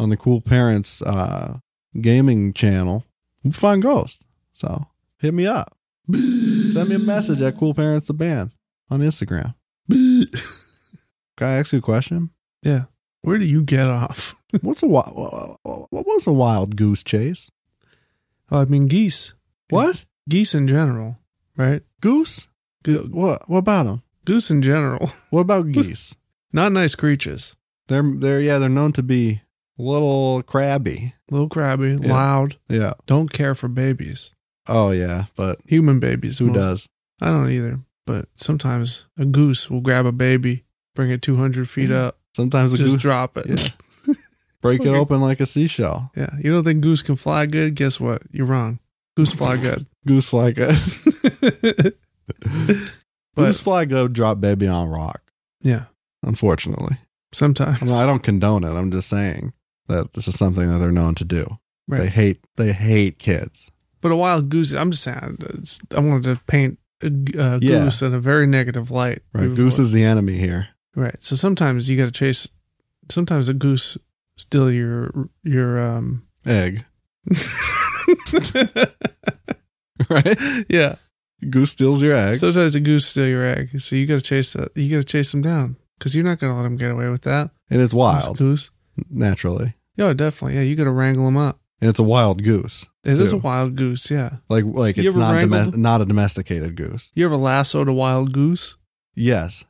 Speaker 1: on the Cool Parents uh, gaming channel, we find Ghost. So hit me up. Send me a message at Cool Parents the Band on Instagram. Can I ask you a question?
Speaker 2: Yeah. Where do you get off?
Speaker 1: What's a wild? What was a wild goose chase?
Speaker 2: Oh, I mean geese.
Speaker 1: What
Speaker 2: Geese in general, right?
Speaker 1: goose?
Speaker 2: Go-
Speaker 1: What? What about them?
Speaker 2: Goose in general.
Speaker 1: What about geese?
Speaker 2: Not nice creatures.
Speaker 1: They're they're yeah, they're known to be a little crabby.
Speaker 2: Little crabby,
Speaker 1: Yeah.
Speaker 2: loud,
Speaker 1: Yeah.
Speaker 2: don't care for babies.
Speaker 1: Oh yeah, but
Speaker 2: Human babies.
Speaker 1: who
Speaker 2: most-
Speaker 1: does?
Speaker 2: I don't either. But sometimes a goose will grab a baby, bring it 200 feet up,
Speaker 1: Sometimes a
Speaker 2: just
Speaker 1: goose
Speaker 2: drop it.
Speaker 1: Yeah. break it
Speaker 2: fucking-
Speaker 1: open like a seashell.
Speaker 2: Yeah, you don't think goose can fly good? Guess what? You're wrong. Goose fly good.
Speaker 1: Goose fly go. goose
Speaker 2: but
Speaker 1: fly go drop baby on rock.
Speaker 2: yeah,
Speaker 1: Unfortunately,
Speaker 2: sometimes
Speaker 1: I, mean, I don't condone it. I'm just saying that this is something that they're known to do.
Speaker 2: right.
Speaker 1: They hate they hate kids.
Speaker 2: but a wild goose. I'm just saying. it's- I wanted to paint a, a
Speaker 1: Yeah.
Speaker 2: goose in a very negative light.
Speaker 1: Right?
Speaker 2: Moving
Speaker 1: Goose
Speaker 2: forward.
Speaker 1: is the enemy here.
Speaker 2: right. So sometimes you got to chase. Sometimes a goose steal your your um.
Speaker 1: Egg, right?
Speaker 2: yeah.
Speaker 1: Goose steals your egg.
Speaker 2: Sometimes a goose steal your egg. So you got to chase that. You got to chase them down because you're not going to let them get away with that.
Speaker 1: and it's
Speaker 2: This
Speaker 1: wild,
Speaker 2: goose.
Speaker 1: naturally.
Speaker 2: Yeah, definitely. Yeah, you got to wrangle them up.
Speaker 1: And it's a wild goose.
Speaker 2: It is a
Speaker 1: Too.
Speaker 2: wild goose, yeah.
Speaker 1: Like like
Speaker 2: You
Speaker 1: it's
Speaker 2: ever
Speaker 1: not
Speaker 2: wrangled-
Speaker 1: domest- not a domesticated goose.
Speaker 2: You ever lassoed a wild goose
Speaker 1: Yes.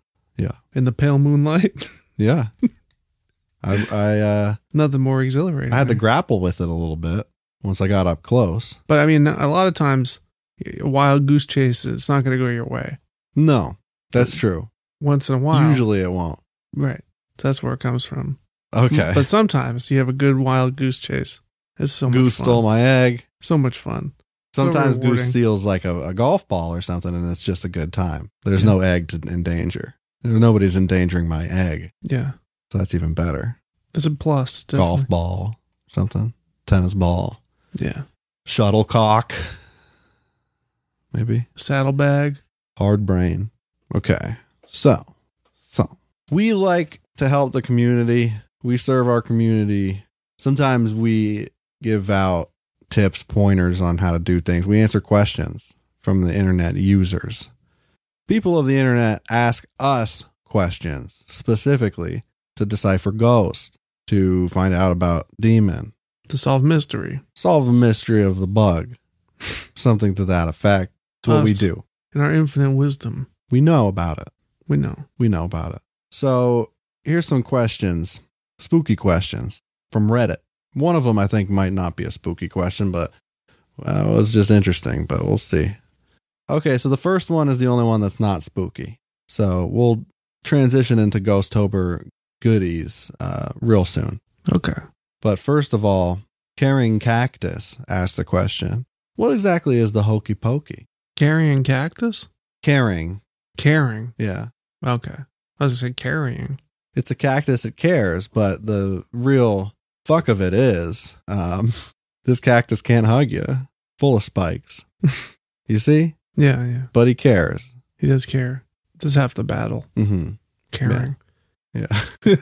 Speaker 2: in the pale moonlight?
Speaker 1: Yeah. I I uh
Speaker 2: Nothing more exhilarating.
Speaker 1: I had to
Speaker 2: right?
Speaker 1: grapple with it a little bit once I got up close.
Speaker 2: but I mean, a lot of times, a wild goose chase, it's not going to go your way.
Speaker 1: No, that's true.
Speaker 2: Once in a while.
Speaker 1: Usually it won't.
Speaker 2: Right. So that's where it comes from.
Speaker 1: Okay.
Speaker 2: But sometimes you have a good wild goose chase. It's so
Speaker 1: Goose
Speaker 2: much fun.
Speaker 1: stole my egg.
Speaker 2: So much fun.
Speaker 1: Sometimes Goose
Speaker 2: rewarding.
Speaker 1: steals like a, a golf ball or something, and it's just a good time. There's no egg to endanger. Nobody's endangering my egg,
Speaker 2: Yeah.
Speaker 1: so that's even better.
Speaker 2: It's a plus.
Speaker 1: Golf
Speaker 2: definitely.
Speaker 1: ball, something, tennis ball,
Speaker 2: Yeah.
Speaker 1: shuttlecock, maybe
Speaker 2: Saddlebag.
Speaker 1: hard brain. Okay, so so we like to help the community. We serve our community. Sometimes we give out tips, pointers on how to do things. We answer questions from the internet users. People of the internet ask us questions specifically to decipher ghosts, to find out about demon,
Speaker 2: To solve mystery.
Speaker 1: solve a mystery of the bug, something to that effect. It's what we
Speaker 2: Us.
Speaker 1: do.
Speaker 2: In our infinite wisdom,
Speaker 1: We know about it.
Speaker 2: we know.
Speaker 1: We know about it. So here's some questions, spooky questions from Reddit. One of them I think might not be a spooky question, but well, it was just interesting, but we'll see. Okay, so the first one is the only one that's not spooky. So we'll transition into Ghosttober goodies uh, real soon.
Speaker 2: Okay.
Speaker 1: But first of all, carrying cactus asked the question: What exactly is the hokey pokey?
Speaker 2: Carrying cactus?
Speaker 1: Carrying,
Speaker 2: Caring.
Speaker 1: yeah,
Speaker 2: Okay. I was going to say carrying.
Speaker 1: it's a cactus. It cares, but the real fuck of it is, um, this cactus can't hug you. Full of spikes. you see,
Speaker 2: Yeah, yeah.
Speaker 1: but he cares.
Speaker 2: He does care. Does half the battle.
Speaker 1: Mm-hmm.
Speaker 2: Caring.
Speaker 1: Yeah.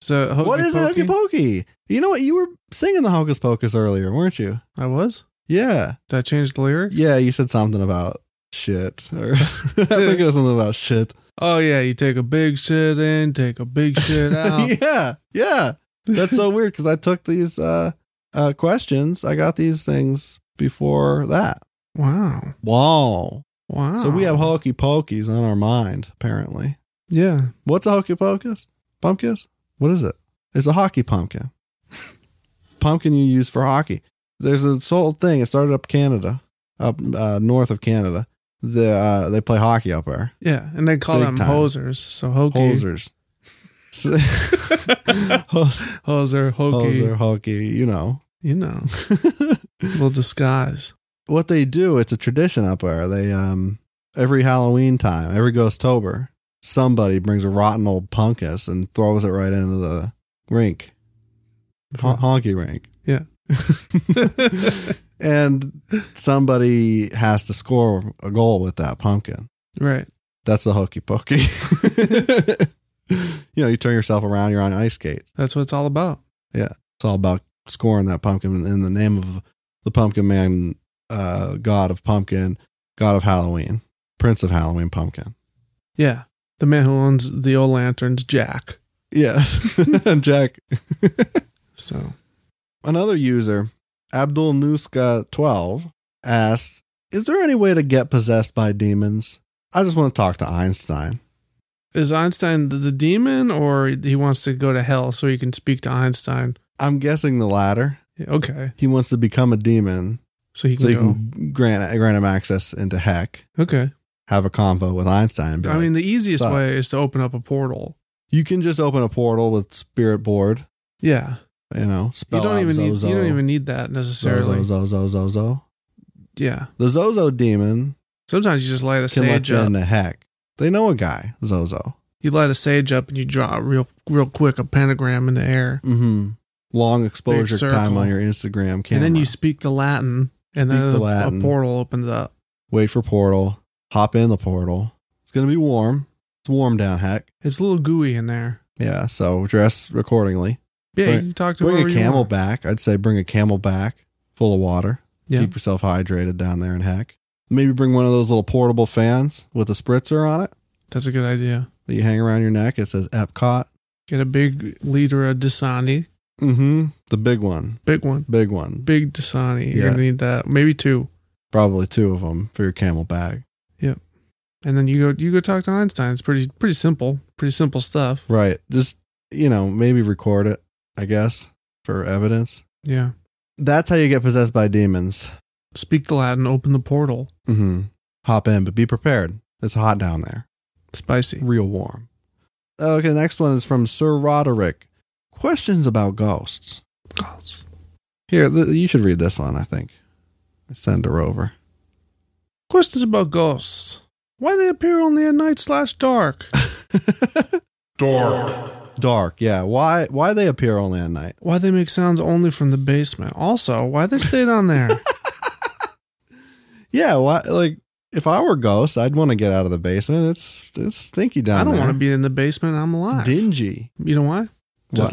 Speaker 2: So hokey
Speaker 1: what is a
Speaker 2: pokey?
Speaker 1: hokey pokey? You know what? You were singing the hocus pocus earlier, weren't you?
Speaker 2: I was?
Speaker 1: Yeah.
Speaker 2: Did I change the lyrics?
Speaker 1: Yeah, you said something about shit, or I think it was something about shit.
Speaker 2: Oh yeah, you take a big shit in, take a big shit out.
Speaker 1: yeah, yeah. That's so weird because I took these uh, uh, questions. I got these things before that.
Speaker 2: Wow.
Speaker 1: Wow.
Speaker 2: Wow.
Speaker 1: So we have hokey pokeys on our mind, apparently.
Speaker 2: Yeah.
Speaker 1: What's a hokey pocus? Pumpkins? What is it? It's a hockey pumpkin. pumpkin you use for hockey. There's this whole thing. It started up Canada, up uh, north of Canada. The, uh, they play hockey up there.
Speaker 2: Yeah. And they call
Speaker 1: Big
Speaker 2: them
Speaker 1: time.
Speaker 2: hosers. So hokey.
Speaker 1: Hosers. Hos-
Speaker 2: Hoser, hokey.
Speaker 1: Hoser, hockey, you know.
Speaker 2: You know. little disguise.
Speaker 1: what they do, it's a tradition up there. They um every Halloween time, every Ghosttober, somebody brings a rotten old punkus and throws it right into the rink, hon- honky rink.
Speaker 2: Yeah.
Speaker 1: and somebody has to score a goal with that pumpkin.
Speaker 2: right.
Speaker 1: That's the hokey pokey. you know, you turn yourself around, you're on ice skates.
Speaker 2: That's what it's all about.
Speaker 1: It's all about scoring that pumpkin in the name of the pumpkin man, uh, god of pumpkin, god of Halloween, prince of Halloween pumpkin.
Speaker 2: Yeah. The man who owns the old lanterns, Jack.
Speaker 1: Yeah. Jack.
Speaker 2: So
Speaker 1: Another user, Abdul Nuska12, asked, Is there any way to get possessed by demons? I just want to talk to Einstein.
Speaker 2: is Einstein the, the demon or he wants to go to hell so he can speak to Einstein?
Speaker 1: I'm guessing the latter.
Speaker 2: Yeah, okay.
Speaker 1: He wants to become a demon
Speaker 2: So he can
Speaker 1: so you
Speaker 2: go.
Speaker 1: can grant, grant him access into heck,
Speaker 2: okay.
Speaker 1: have a convo with Einstein. and be
Speaker 2: I
Speaker 1: like,
Speaker 2: mean, the easiest
Speaker 1: Sup?
Speaker 2: way is to open up a portal.
Speaker 1: You can just open a portal with spirit board,
Speaker 2: Yeah.
Speaker 1: you know, spell
Speaker 2: you don't
Speaker 1: out
Speaker 2: even
Speaker 1: Zozo.
Speaker 2: need you don't even need that necessarily.
Speaker 1: Zozo, Zozo, Zozo.
Speaker 2: Yeah.
Speaker 1: The Zozo demon
Speaker 2: Sometimes you just light a
Speaker 1: can let
Speaker 2: sage
Speaker 1: you in
Speaker 2: up.
Speaker 1: the heck. They know a guy, Zozo.
Speaker 2: You light a sage up and you draw real real quick a pentagram in the air.
Speaker 1: Mm-hmm. Long exposure
Speaker 2: circle.
Speaker 1: time on your Instagram camera.
Speaker 2: And then you speak the Latin and
Speaker 1: Speak
Speaker 2: then
Speaker 1: the
Speaker 2: a-
Speaker 1: Latin.
Speaker 2: a portal opens up.
Speaker 1: wait for portal, hop in the portal. It's gonna be warm. It's warm down heck.
Speaker 2: It's a little gooey in there.
Speaker 1: Yeah, so dress accordingly.
Speaker 2: Yeah,
Speaker 1: Bring-
Speaker 2: you can talk to
Speaker 1: Bring
Speaker 2: whoever
Speaker 1: a
Speaker 2: you
Speaker 1: camel
Speaker 2: want.
Speaker 1: back. I'd say bring a camel back full of water.
Speaker 2: Yeah.
Speaker 1: Keep yourself hydrated down there in heck. Maybe bring one of those little portable fans with a spritzer on it.
Speaker 2: That's a good idea.
Speaker 1: that you hang around your neck. It says Epcot.
Speaker 2: Get a big liter of Dasani.
Speaker 1: Mm-hmm. The big one.
Speaker 2: Big one.
Speaker 1: Big one.
Speaker 2: Big Dasani. You're
Speaker 1: Yeah.
Speaker 2: gonna need that. Maybe two.
Speaker 1: Probably two of them for your camel bag.
Speaker 2: And then you go you go talk to Einstein. It's pretty pretty simple. Pretty simple stuff.
Speaker 1: Right. Just, you know, maybe record it, I guess, for evidence.
Speaker 2: Yeah.
Speaker 1: That's how you get possessed by demons.
Speaker 2: Speak the Latin, open the portal.
Speaker 1: Mm-hmm. Hop in, but be prepared. It's hot down there.
Speaker 2: Spicy.
Speaker 1: Real warm. Okay, next one is from Sir Roderick. Questions about ghosts.
Speaker 2: Calls.
Speaker 1: Here, th- you should read this one, I think. Send her over.
Speaker 2: Questions about ghosts. Why they appear only at night slash dark?
Speaker 1: Dark, yeah. Why why they appear only at night?
Speaker 2: Why they make sounds only from the basement? Also, why they stay down there?
Speaker 1: Yeah, why like if I were ghost, I'd want to get out of the basement. It's it's stinky down
Speaker 2: I don't
Speaker 1: there.
Speaker 2: want to be in the basement. I'm alive.
Speaker 1: It's dingy.
Speaker 2: You know why? Just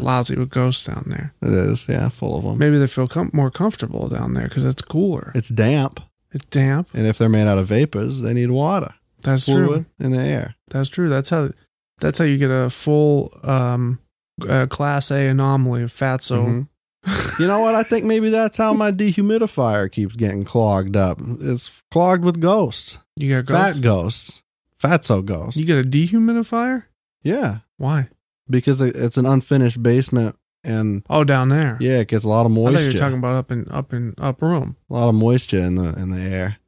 Speaker 1: What?
Speaker 2: lousy with ghosts down there.
Speaker 1: It is, yeah, full of them.
Speaker 2: Maybe they feel com- more comfortable down there because it's cooler.
Speaker 1: It's damp,
Speaker 2: It's damp.
Speaker 1: and if they're made out of vapors, they need water,
Speaker 2: That's true.
Speaker 1: fluid, in the air.
Speaker 2: That's true. That's how. That's how you get a full um, uh, class A anomaly of fatso.
Speaker 1: Mhm. you know what? I think maybe that's how my dehumidifier keeps getting clogged up. It's clogged with ghosts,
Speaker 2: You got ghosts.
Speaker 1: fat ghosts, fatso ghosts.
Speaker 2: you get a dehumidifier.
Speaker 1: yeah,
Speaker 2: Why?
Speaker 1: because it- it's an unfinished basement, and
Speaker 2: Oh, down there.
Speaker 1: yeah, it gets a lot of
Speaker 2: I thought you were
Speaker 1: moisture,
Speaker 2: talking about up in up in up room.
Speaker 1: a lot of moisture in the in the air.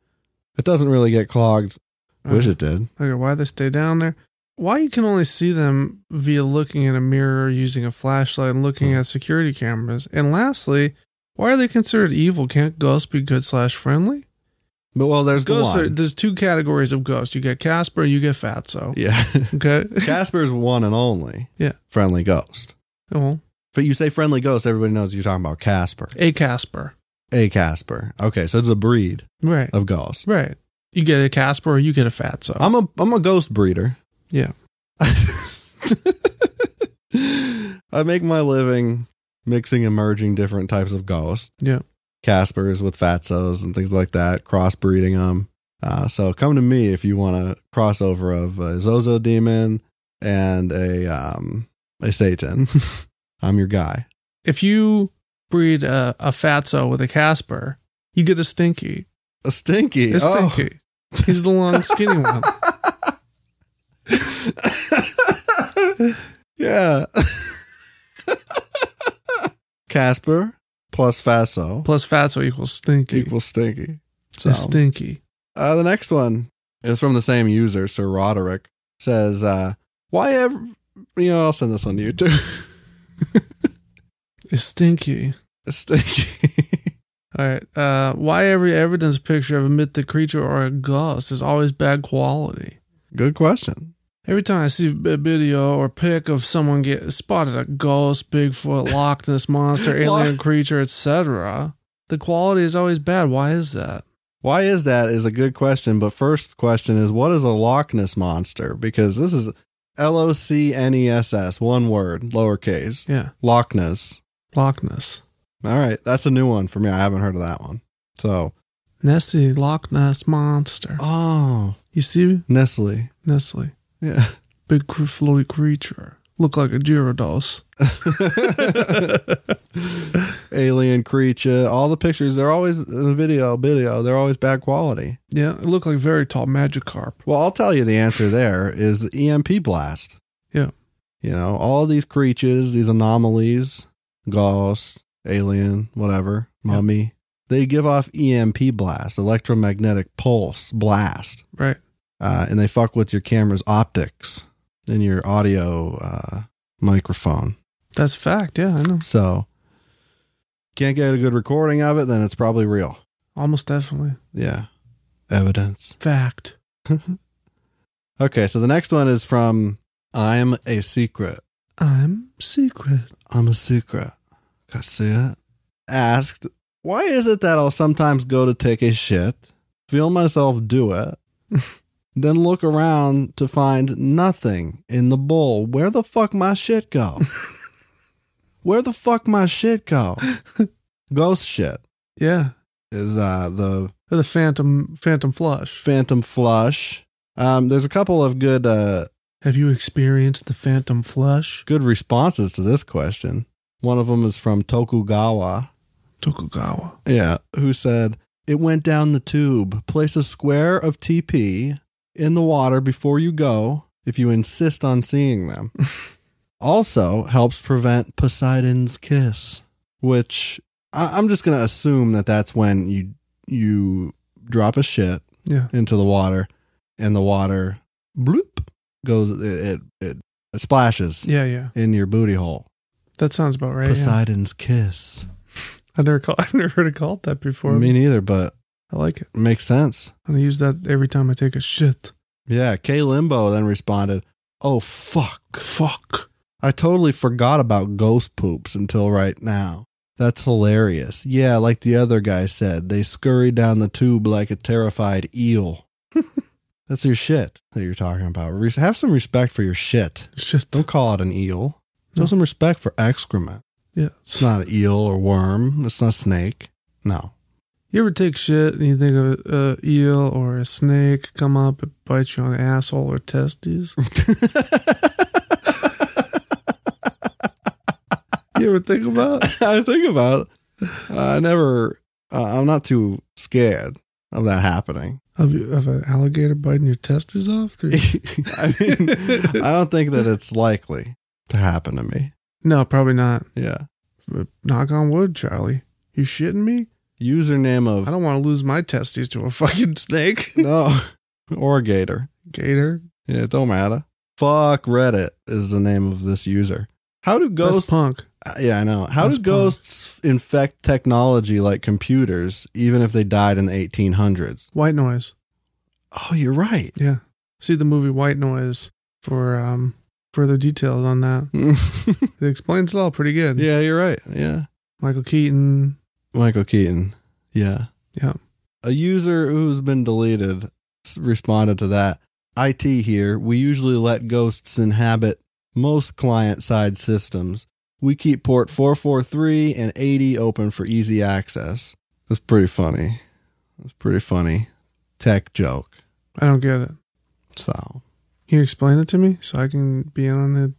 Speaker 1: It doesn't really get clogged. Wish it did.
Speaker 2: Okay, why they stay down there? Why you can only see them via looking in a mirror, using a flashlight, and
Speaker 1: Hmm.
Speaker 2: looking at security cameras. And lastly, why are they considered evil? Can't ghosts be good slash friendly?
Speaker 1: But well, there's
Speaker 2: Ghosts
Speaker 1: the
Speaker 2: are,
Speaker 1: line.
Speaker 2: there's two categories of ghosts. You get Casper, you get Fatso.
Speaker 1: yeah,
Speaker 2: Okay.
Speaker 1: Casper's one and only.
Speaker 2: Yeah.
Speaker 1: friendly ghost.
Speaker 2: well,
Speaker 1: But you say friendly ghost, everybody knows you're talking about Casper,
Speaker 2: a Casper.
Speaker 1: a Casper. Okay, so it's a breed
Speaker 2: Right.
Speaker 1: of ghosts.
Speaker 2: Right. You get a Casper or you get a Fatso.
Speaker 1: I'm a I'm a ghost breeder.
Speaker 2: Yeah.
Speaker 1: I make my living mixing and merging different types of ghosts.
Speaker 2: Yeah.
Speaker 1: Caspers with fatsos and things like that, crossbreeding them. Uh, so come to me if you want a crossover of a Zozo demon and a um a Satan. I'm your guy.
Speaker 2: if you breed a, a Fatso with a Casper, you get a Stinky.
Speaker 1: A stinky.
Speaker 2: It's
Speaker 1: oh.
Speaker 2: Stinky. He's the long, skinny one.
Speaker 1: yeah. Casper plus Faso
Speaker 2: Plus Fatso equals Stinky.
Speaker 1: equals Stinky.
Speaker 2: So stinky.
Speaker 1: Uh, the next one is from the same user, Sir Roderick. Says, uh, why ever. You know, I'll send this on to you too.
Speaker 2: It's stinky.
Speaker 1: Stinky.
Speaker 2: All right. Uh, why every evidence picture of a mythic creature or a ghost is always bad quality?
Speaker 1: Good question.
Speaker 2: Every time I see a video or pic of someone get spotted a ghost, Bigfoot, Loch Ness monster, alien creature, etc., the quality is always bad. Why is that?
Speaker 1: Why is that is a good question, but first question is what is a Loch Ness monster? Because this is L O C N E S S, one word, lowercase.
Speaker 2: Yeah,
Speaker 1: Loch Ness.
Speaker 2: Loch Ness,
Speaker 1: All right, that's a new one for me. I haven't heard of that one. So,
Speaker 2: Nessie, Loch Ness monster.
Speaker 1: oh,
Speaker 2: You see,
Speaker 1: Nestle.
Speaker 2: Nestle,
Speaker 1: Yeah.
Speaker 2: big cr- floaty creature, look like a Gyarados.
Speaker 1: Alien creature. All the pictures, they're always in the video, video, they're always bad quality.
Speaker 2: Yeah, it looked like very tall Magikarp.
Speaker 1: Well, I'll tell you the answer there is the EMP blast.
Speaker 2: Yeah.
Speaker 1: You know, all these creatures, these anomalies, ghosts, alien, whatever, mummy, they give off EMP blast, electromagnetic pulse blast,
Speaker 2: Right.
Speaker 1: uh, and they fuck with your camera's optics and your audio uh, microphone.
Speaker 2: That's fact. Yeah, I know.
Speaker 1: So, can't get a good recording of it, then it's probably real.
Speaker 2: Almost definitely.
Speaker 1: Yeah. Evidence.
Speaker 2: Fact.
Speaker 1: Okay, so the next one is from I'm a Secret.
Speaker 2: I'm secret.
Speaker 1: I'm a secret. Can I see it? Asked, why is it that I'll sometimes go to take a shit, feel myself do it, then look around to find nothing in the bowl? Where the fuck my shit go? Where the fuck my shit go? Ghost shit
Speaker 2: Yeah.
Speaker 1: is uh, the
Speaker 2: The phantom phantom flush.
Speaker 1: phantom flush. Um, there's a couple of good uh,
Speaker 2: Have you experienced the phantom flush?
Speaker 1: good responses to this question. One of them is from Tokugawa.
Speaker 2: Tokugawa.
Speaker 1: Yeah, who said it went down the tube. Place a square of TP in the water before you go if you insist on seeing them. also helps prevent Poseidon's kiss, which I- I'm just gonna assume that that's when you you drop a shit
Speaker 2: Yeah.
Speaker 1: into the water, and the water bloop goes it it, it splashes
Speaker 2: Yeah, yeah.
Speaker 1: in your booty hole.
Speaker 2: That sounds about right. Yeah.
Speaker 1: Poseidon's kiss.
Speaker 2: I never call, I've never heard it called that before.
Speaker 1: Me neither, but
Speaker 2: I like it.
Speaker 1: Makes sense.
Speaker 2: I'm gonna use that every time I take a shit.
Speaker 1: Yeah. K Limbo then responded, Oh, fuck.
Speaker 2: Fuck.
Speaker 1: I totally forgot about ghost poops until right now. That's hilarious. Yeah, like the other guy said, they scurry down the tube like a terrified eel. That's your shit that you're talking about. Res- Have some respect for your shit.
Speaker 2: Shit.
Speaker 1: Don't call it an eel. Show
Speaker 2: No.
Speaker 1: some respect for excrement.
Speaker 2: Yeah.
Speaker 1: It's not an eel or worm. It's not a snake. No.
Speaker 2: You ever take shit and you think of a eel or a snake come up and bite you on the asshole or testes? you ever think about? it?
Speaker 1: I think about it. I never, uh, I'm not too scared of that happening.
Speaker 2: Of, of an alligator biting your testes off? Through-
Speaker 1: I mean, I don't think that it's likely to happen to me.
Speaker 2: no, probably not.
Speaker 1: Yeah.
Speaker 2: But Knock on wood, Charlie. You shitting me?
Speaker 1: Username
Speaker 2: I
Speaker 1: of
Speaker 2: don't want to lose my testes to a fucking snake,
Speaker 1: no or gator.
Speaker 2: gator.
Speaker 1: Yeah, it don't matter. Fuck Reddit is the name of this user. How do
Speaker 2: That's
Speaker 1: ghosts?
Speaker 2: punk.
Speaker 1: Uh, yeah, I know. How
Speaker 2: That's
Speaker 1: do
Speaker 2: punk.
Speaker 1: ghosts infect technology like computers, even if they died in the 1800s?
Speaker 2: White noise.
Speaker 1: Oh, you're right.
Speaker 2: Yeah. See the movie White Noise for um, further details on that.
Speaker 1: yeah,
Speaker 2: It explains it all pretty good.
Speaker 1: you're right. Yeah,
Speaker 2: Michael Keaton.
Speaker 1: Michael Keaton. Yeah.
Speaker 2: Yeah.
Speaker 1: a user who's been deleted s- responded to that. IT here, we usually let ghosts inhabit most client side systems. We keep port 443 and 80 open for easy access. That's pretty funny. That's pretty funny. Tech joke.
Speaker 2: I don't get it.
Speaker 1: So,
Speaker 2: Can you explain it to me so I can be in on it?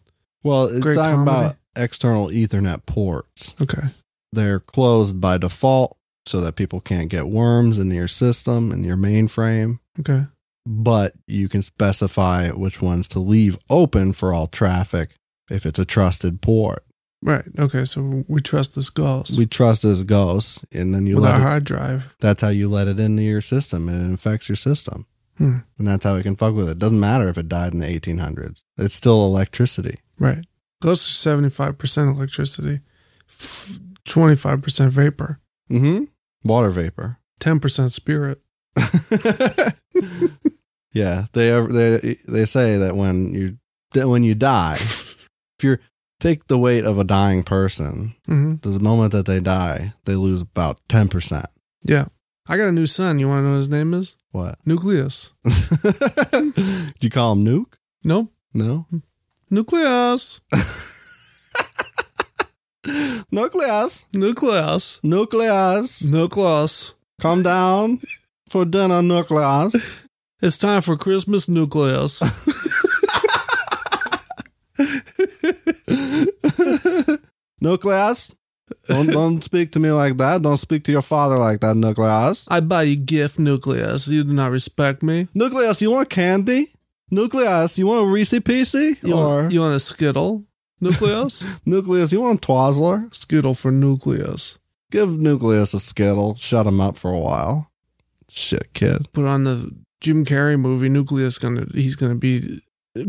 Speaker 1: well, it's
Speaker 2: Great
Speaker 1: talking about
Speaker 2: comedy.
Speaker 1: external Ethernet ports.
Speaker 2: Okay.
Speaker 1: They're closed by default so that people can't get worms into your system and your mainframe.
Speaker 2: Okay.
Speaker 1: but you can specify which ones to leave open for all traffic if it's a trusted port.
Speaker 2: Right. Okay. So we trust this ghost
Speaker 1: We trust this ghost, and then you
Speaker 2: with our
Speaker 1: let it,
Speaker 2: hard drive.
Speaker 1: that's how you let it into your system, and it infects your system,
Speaker 2: Hmm.
Speaker 1: and that's how it can fuck with it. Doesn't matter if it died in the 1800s; it's still electricity.
Speaker 2: Right. Ghosts are seventy five percent electricity, twenty five percent vapor,
Speaker 1: Mm-hmm. Water vapor.
Speaker 2: ten percent spirit.
Speaker 1: yeah, they ever- they they say that when you that when you die, if you're take the weight of a dying person,
Speaker 2: hmm
Speaker 1: the moment that they die, they lose about 10%.
Speaker 2: Yeah. I got a new son. You want to know what his name is
Speaker 1: What?
Speaker 2: Nucleus.
Speaker 1: Do you call him Nuke?
Speaker 2: Nope.
Speaker 1: No.
Speaker 2: Nucleus.
Speaker 1: Nucleus.
Speaker 2: Nucleus.
Speaker 1: Nucleus.
Speaker 2: Nucleus.
Speaker 1: Come down for dinner, Nucleus.
Speaker 2: It's time for Christmas nucleus.
Speaker 1: Nucleus. Don't, don't speak to me like that. Don't speak to your father like that, Nucleus.
Speaker 2: I buy you gift nucleus. You do not respect me.
Speaker 1: Nucleus, you want candy? Nucleus, you want a Reese PC?
Speaker 2: You,
Speaker 1: or
Speaker 2: want, you want a skittle nucleus?
Speaker 1: Nucleus, you want a Twizzler?
Speaker 2: skittle for nucleus.
Speaker 1: Give Nucleus a skittle. Shut him up for a while. Shit, kid.
Speaker 2: Put on the Jim Carrey movie. Nucleus gonna he's gonna be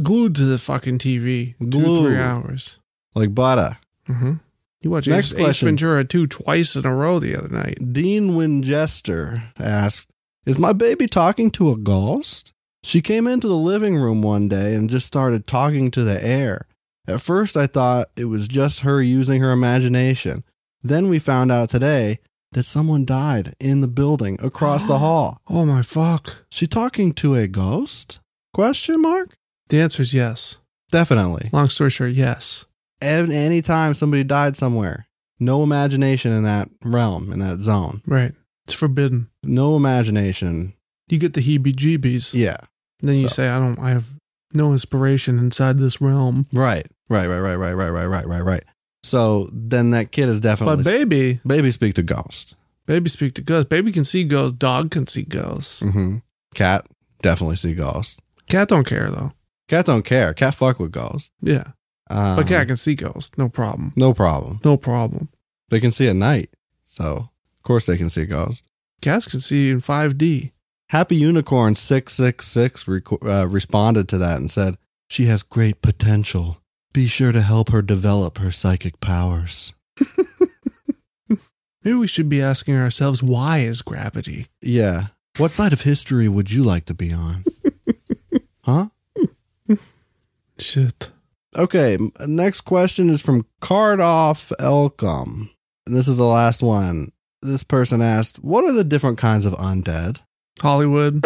Speaker 2: glued to the fucking TV. Two
Speaker 1: Glued.
Speaker 2: three hours.
Speaker 1: Like butter.
Speaker 2: hmm You watch
Speaker 1: Next
Speaker 2: Ace, Ace
Speaker 1: question.
Speaker 2: Ventura two twice in a row the other night.
Speaker 1: Dean Winchester asked, "Is my baby talking to a ghost?" She came into the living room one day and just started talking to the air. At first, I thought it was just her using her imagination. Then we found out today that someone died in the building across the hall.
Speaker 2: Oh my fuck!
Speaker 1: She talking to a ghost? Question mark?
Speaker 2: The answer is yes.
Speaker 1: Definitely.
Speaker 2: Long story short, yes.
Speaker 1: Ev- anytime somebody died somewhere. No imagination in that realm, in that zone.
Speaker 2: Right. It's forbidden.
Speaker 1: No imagination.
Speaker 2: You get the heebie-jeebies.
Speaker 1: Yeah.
Speaker 2: Then you
Speaker 1: So-
Speaker 2: say, I don't, I have no inspiration inside this realm.
Speaker 1: Right. Right, right, right, right, right, right, right, right, right. So then that kid is definitely
Speaker 2: But baby,
Speaker 1: baby speak to ghost.
Speaker 2: baby speak to ghosts. Baby can see ghosts. Dog can see ghosts.
Speaker 1: Mm-hmm. Cat definitely see ghost.
Speaker 2: Cat don't care though.
Speaker 1: Cat don't care. Cat fuck with ghost.
Speaker 2: Yeah,
Speaker 1: Um,
Speaker 2: but cat can see ghosts. No problem.
Speaker 1: no problem.
Speaker 2: No problem.
Speaker 1: They can see at night, so of course they can see ghost.
Speaker 2: Cats can see in 5D.
Speaker 1: Happy Unicorn 666 reco- uh, responded to that and said, She has great potential. Be sure to help her develop her psychic powers.
Speaker 2: Maybe we should be asking ourselves why is gravity?
Speaker 1: Yeah. What side of history would you like to be on? huh?
Speaker 2: Shit.
Speaker 1: Okay. m- Next question is from Cardoff Elcom. And this is the last one. This person asked, What are the different kinds of undead?
Speaker 2: Hollywood.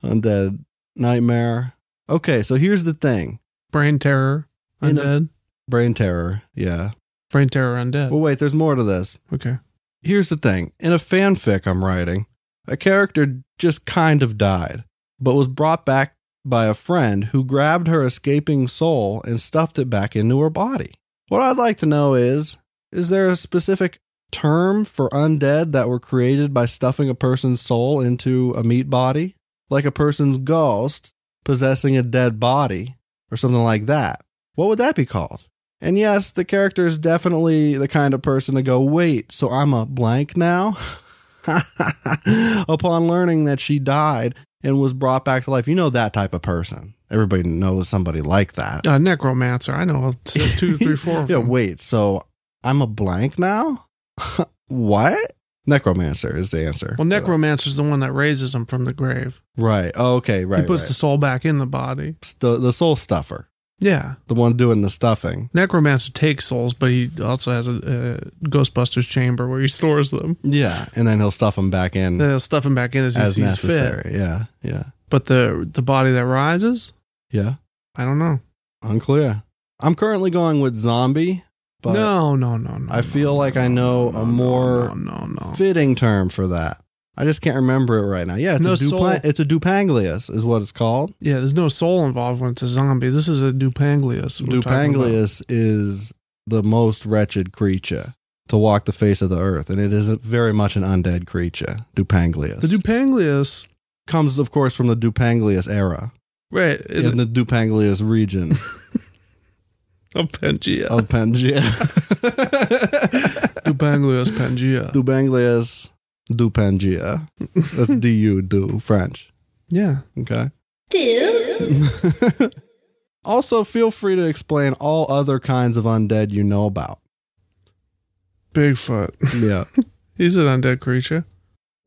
Speaker 1: undead nightmare. Okay, so here's the thing
Speaker 2: Brain terror.
Speaker 1: You know-
Speaker 2: Undead.
Speaker 1: brain terror. Yeah.
Speaker 2: Brain terror undead.
Speaker 1: Well, wait, there's more to this.
Speaker 2: Okay.
Speaker 1: Here's the thing in a fanfic I'm writing, a character just kind of died, but was brought back by a friend who grabbed her escaping soul and stuffed it back into her body. What I'd like to know is is there a specific term for undead that were created by stuffing a person's soul into a meat body? Like a person's ghost possessing a dead body or something like that. What would that be called? And yes, the character is definitely the kind of person to go, wait, so I'm a blank now? Upon learning that she died and was brought back to life. You know that type of person. Everybody knows somebody like that.
Speaker 2: Uh, necromancer. I know t- two, three, four. of
Speaker 1: Yeah,
Speaker 2: them.
Speaker 1: wait, so I'm a blank now? what? Necromancer is the answer.
Speaker 2: Well, necromancer's the one that raises him from the grave.
Speaker 1: Right. Oh, okay, right.
Speaker 2: he puts
Speaker 1: right.
Speaker 2: the soul back in the body.
Speaker 1: the, the soul stuffer,
Speaker 2: Yeah.
Speaker 1: the one doing the stuffing.
Speaker 2: Necromancer takes souls, but he also has a, a Ghostbusters chamber where he stores them.
Speaker 1: Yeah, and then he'll stuff him back in
Speaker 2: Then he'll stuff them back in as he
Speaker 1: Mm. as
Speaker 2: sees
Speaker 1: necessary.
Speaker 2: fit.
Speaker 1: Yeah, yeah,
Speaker 2: But the the body that rises,
Speaker 1: yeah.
Speaker 2: I don't know.
Speaker 1: Unclear. I'm currently going with zombie, but
Speaker 2: no, no, no, no.
Speaker 1: I feel
Speaker 2: no,
Speaker 1: like I know a
Speaker 2: no,
Speaker 1: more
Speaker 2: no, no, no.
Speaker 1: fitting term for that. I just can't remember it right now. Yeah, it's
Speaker 2: No
Speaker 1: a dupla-
Speaker 2: soul.
Speaker 1: it's a dupanglius is what it's called.
Speaker 2: Yeah, there's no soul involved when it's a zombie. This is a Dupanglius. we're talking about.
Speaker 1: Dupanglius is the most wretched creature to walk the face of the earth, and it is a- very much an undead creature. Dupanglius
Speaker 2: The Dupanglius,
Speaker 1: comes, of course, from the Dupanglius era
Speaker 2: right?
Speaker 1: in
Speaker 2: It,
Speaker 1: the Dupanglius region
Speaker 2: of Pangea.
Speaker 1: of Pangea.
Speaker 2: Dupanglius Pangea.
Speaker 1: Dubanglias du Pangea. That's D U do French.
Speaker 2: yeah.
Speaker 1: Okay. also, feel free to explain all other kinds of undead you know about.
Speaker 2: Bigfoot.
Speaker 1: Yeah.
Speaker 2: He's an undead creature.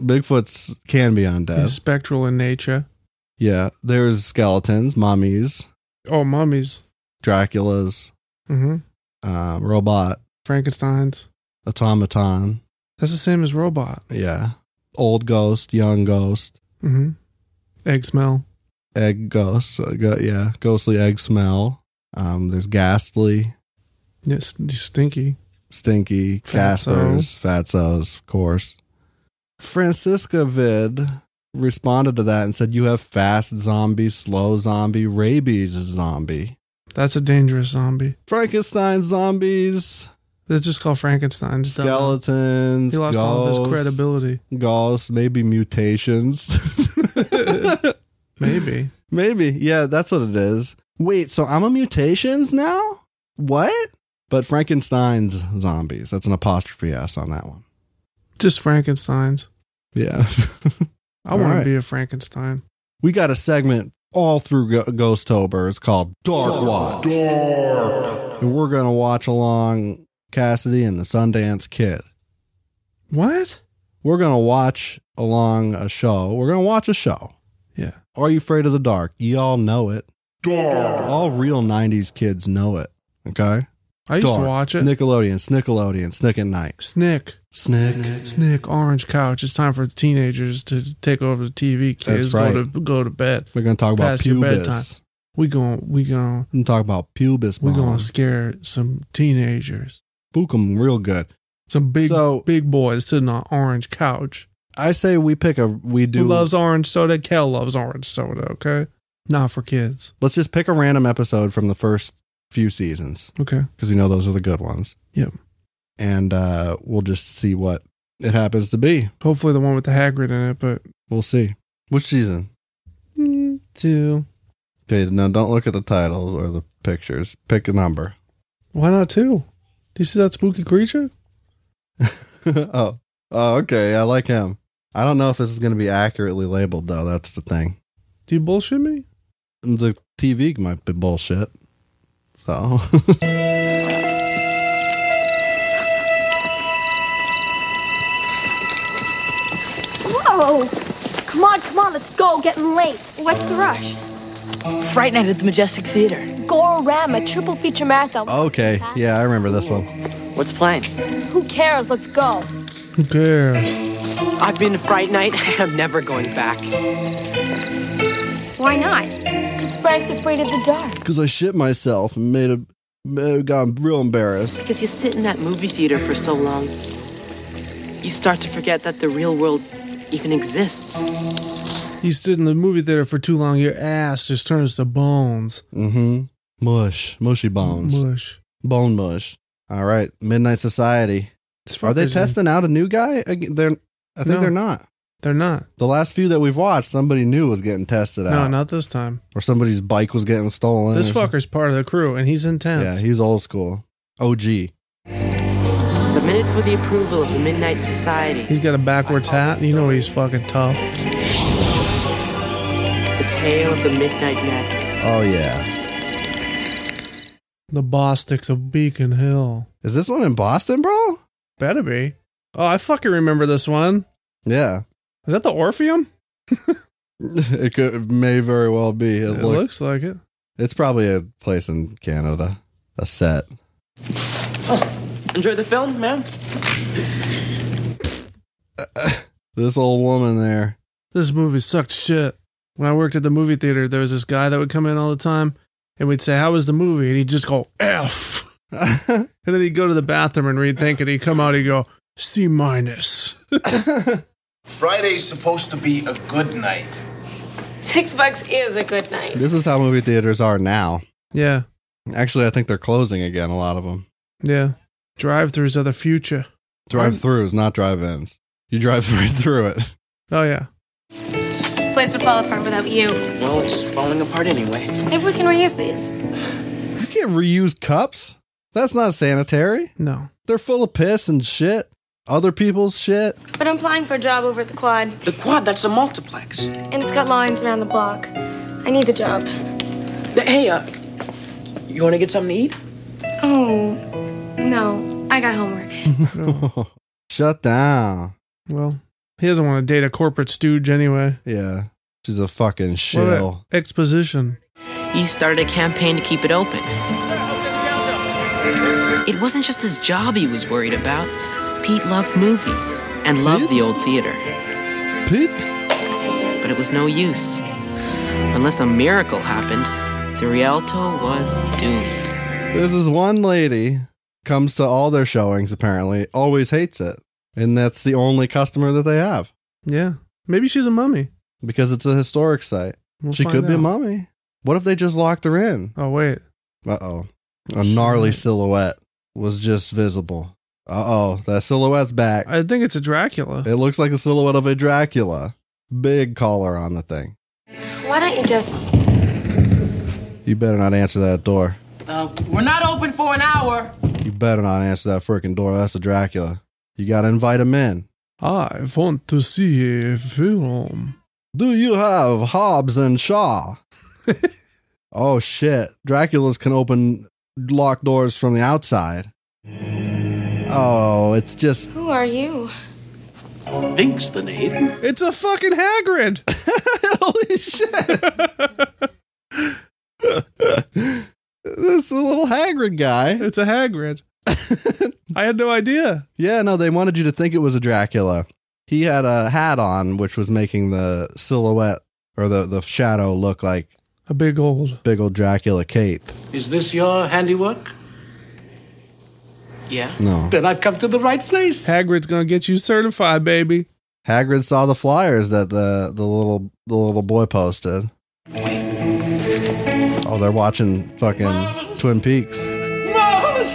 Speaker 1: Bigfoots can be undead.
Speaker 2: He's spectral in nature.
Speaker 1: Yeah. There's skeletons, mummies,
Speaker 2: Oh, mummies.
Speaker 1: Dracula's,
Speaker 2: hmm
Speaker 1: um, robot,
Speaker 2: Frankenstein's.
Speaker 1: automaton.
Speaker 2: That's the same as robot.
Speaker 1: Yeah. Old ghost, young ghost,
Speaker 2: hmm Egg smell.
Speaker 1: egg ghost. uh, go- yeah. Ghostly egg smell. Um, there's ghastly.
Speaker 2: Yes, stinky.
Speaker 1: Stinky, Caspers, Fatso's, of course. Francisca Vid responded to that and said, You have fast zombie, slow zombie, rabies zombie,
Speaker 2: That's a dangerous zombie.
Speaker 1: Frankenstein zombies,
Speaker 2: They're just called Frankenstein. Just don't know.
Speaker 1: skeletons,
Speaker 2: He lost
Speaker 1: ghosts,
Speaker 2: all of his credibility.
Speaker 1: ghosts, maybe mutations.
Speaker 2: Maybe.
Speaker 1: maybe. Yeah, that's what it is. Wait, so I'm a mutations now? What? But Frankenstein's zombies. That's an apostrophe S on that one.
Speaker 2: Just Frankenstein's.
Speaker 1: Yeah.
Speaker 2: I
Speaker 1: All
Speaker 2: want
Speaker 1: right.
Speaker 2: to be a Frankenstein.
Speaker 1: we got a segment all through Go- Ghostober. It's called Dark Watch. And we're going to watch along Cassidy and the Sundance Kid.
Speaker 2: What?
Speaker 1: We're going to watch along a show. We're going to watch a show.
Speaker 2: Yeah.
Speaker 1: Are You Afraid of the Dark? Y'all know it. All real 90s kids know it. Okay?
Speaker 2: I used
Speaker 1: Dark.
Speaker 2: to watch it.
Speaker 1: Nickelodeon, Snickelodeon, Snick at Night.
Speaker 2: Snick.
Speaker 1: Snick.
Speaker 2: Snick, orange couch. It's time for the teenagers to take over the TV. Kids,
Speaker 1: right.
Speaker 2: go to go to bed.
Speaker 1: We're going to talk about
Speaker 2: Past your
Speaker 1: pubis.
Speaker 2: bedtime. We going we going
Speaker 1: We're going to talk about pubis.
Speaker 2: we going to
Speaker 1: bombs.
Speaker 2: scare some teenagers.
Speaker 1: Book 'em real good.
Speaker 2: Some big
Speaker 1: So-
Speaker 2: big boys sitting on orange couch.
Speaker 1: I say we pick a, we do.
Speaker 2: Who loves orange soda? Kel loves orange soda. Okay, not for kids.
Speaker 1: Let's just pick a random episode from the first few seasons
Speaker 2: Okay,
Speaker 1: because we know those are the good ones.
Speaker 2: Yep.
Speaker 1: And uh, we'll just see what it happens to be.
Speaker 2: hopefully the one with the Hagrid in it. But
Speaker 1: We'll see. Which season?
Speaker 2: mm, two.
Speaker 1: Okay, no, don't look at the titles or the pictures. Pick a number.
Speaker 2: Why not two? Do you see that spooky creature?
Speaker 1: oh. Oh, okay. I like him. I don't know if this is going to be accurately labeled, though. That's the thing.
Speaker 2: Do you bullshit me?
Speaker 1: The TV might be bullshit. So.
Speaker 3: Oh, come on, come on, let's go. Getting late. What's the rush?
Speaker 4: Fright Night at the Majestic Theater.
Speaker 3: Gorama, triple feature marathon.
Speaker 1: Oh. Okay. Yeah, I remember this one.
Speaker 4: What's playing?
Speaker 3: Who cares? Let's go.
Speaker 2: Who cares?
Speaker 4: I've been to Fright Night. I'm never going back.
Speaker 3: Why not? Because Frank's afraid of the dark.
Speaker 1: Because I shit myself and made a. uh, Got real embarrassed.
Speaker 4: Because you sit in that movie theater for so long, you start to forget that the real world even exists.
Speaker 2: You stood in the movie theater for too long, your ass just turns to bones.
Speaker 1: Mm-hmm. Mush. Mushy bones.
Speaker 2: Mush.
Speaker 1: Bone mush. All right. Midnight Society.
Speaker 2: It's
Speaker 1: Are they
Speaker 2: fuckers in-
Speaker 1: testing out a new guy? Ag- They're. I think
Speaker 2: No.
Speaker 1: they're not.
Speaker 2: They're not.
Speaker 1: The last few that we've watched, somebody new was getting tested
Speaker 2: No,
Speaker 1: out,
Speaker 2: not this time.
Speaker 1: or somebody's bike was getting stolen.
Speaker 2: This
Speaker 1: or something.
Speaker 2: fucker's part of the crew and he's
Speaker 1: Yeah,
Speaker 2: intense.
Speaker 1: he's old school. OG.
Speaker 4: Submitted for the approval of the Midnight Society.
Speaker 2: he's got a backwards hat. and You know he's fucking tough.
Speaker 4: The tale of the Midnight Madness.
Speaker 1: Oh yeah.
Speaker 2: The Bostick's of Beacon Hill.
Speaker 1: Is this one in Boston, bro?
Speaker 2: Better be. Oh, I fucking remember this one.
Speaker 1: Yeah.
Speaker 2: Is that the Orpheum?
Speaker 1: It could it may very well be. It,
Speaker 2: It,
Speaker 1: looks,
Speaker 2: looks, like it.
Speaker 1: It's probably a place in Canada. A set.
Speaker 5: Oh, Enjoy the film, man?
Speaker 1: This old woman there.
Speaker 2: This movie sucked shit. When I worked at the movie theater, there was this guy that would come in all the time and we'd say, How was the movie? And he'd just go, F. And then he'd go to the bathroom and rethink it. He'd come out, he'd go, C minus.
Speaker 6: Friday's supposed to be a good night.
Speaker 7: Six bucks is a good night.
Speaker 1: this is how movie theaters are now.
Speaker 2: Yeah.
Speaker 1: Actually, I think they're closing again. A lot of them.
Speaker 2: Yeah. Drive throughs are the future.
Speaker 1: Drive-throughs, not drive-ins. You drive right through it.
Speaker 2: Oh, yeah.
Speaker 7: This place would fall apart without you.
Speaker 5: Well, it's falling apart anyway.
Speaker 7: Maybe we can reuse these.
Speaker 1: You can't reuse cups. That's not sanitary.
Speaker 2: No.
Speaker 1: They're full of piss and shit. Other people's shit.
Speaker 7: But I'm applying for a job over at the quad,
Speaker 5: The quad, that's a multiplex.
Speaker 7: and it's got lines around the block. I need the job.
Speaker 5: Th- Hey, uh, you want to get something to eat?
Speaker 7: Oh, no. I got homework.
Speaker 2: Oh.
Speaker 1: Shut down.
Speaker 2: Well, he doesn't want to date a corporate stooge anyway.
Speaker 1: Yeah. She's a fucking
Speaker 2: What about
Speaker 1: shill.
Speaker 2: Exposition.
Speaker 4: He started a campaign to keep it open. It wasn't just his job he was worried about. Pete loved movies and loved the old theater,
Speaker 1: Pete?
Speaker 4: but it was no use. Unless a miracle happened, the Rialto was doomed.
Speaker 1: This is one lady comes to all their showings apparently, always hates it. And that's the only customer that they have
Speaker 2: Yeah. Maybe she's a mummy.
Speaker 1: because it's a historic site.
Speaker 2: We'll
Speaker 1: she
Speaker 2: find
Speaker 1: could be a
Speaker 2: out.
Speaker 1: mummy. What if they just locked her in?
Speaker 2: Oh, wait.
Speaker 1: Uh oh. A gnarly silhouette was just visible. Uh oh. That silhouette's back.
Speaker 2: I think it's a Dracula.
Speaker 1: It looks like a silhouette of a Dracula. Big collar on the thing.
Speaker 7: Why don't you just.
Speaker 1: You better not answer that door.
Speaker 4: Uh, we're not open for an hour.
Speaker 1: You better not answer that freaking door. That's a Dracula. You gotta invite him in.
Speaker 2: I want to see a film.
Speaker 1: Do you have Hobbs and Shaw? oh shit. Draculas can open locked doors from the outside. Oh, it's just
Speaker 7: Who are you?
Speaker 6: Vink's the name.
Speaker 2: It's a fucking Hagrid.
Speaker 1: holy shit. this is a little Hagrid guy.
Speaker 2: It's a Hagrid. I had no idea.
Speaker 1: Yeah, no, they wanted you to think it was a Dracula. He had a hat on, which was making the silhouette or the, the shadow look like
Speaker 2: A big old.
Speaker 1: big old Dracula cape.
Speaker 8: Is this your handiwork?
Speaker 4: Yeah.
Speaker 1: No.
Speaker 8: Then I've come to the right place.
Speaker 2: Hagrid's gonna get you certified, baby.
Speaker 1: Hagrid saw the flyers that the, the little the little boy posted. Oh, they're watching fucking Twin Peaks
Speaker 8: Marvelous!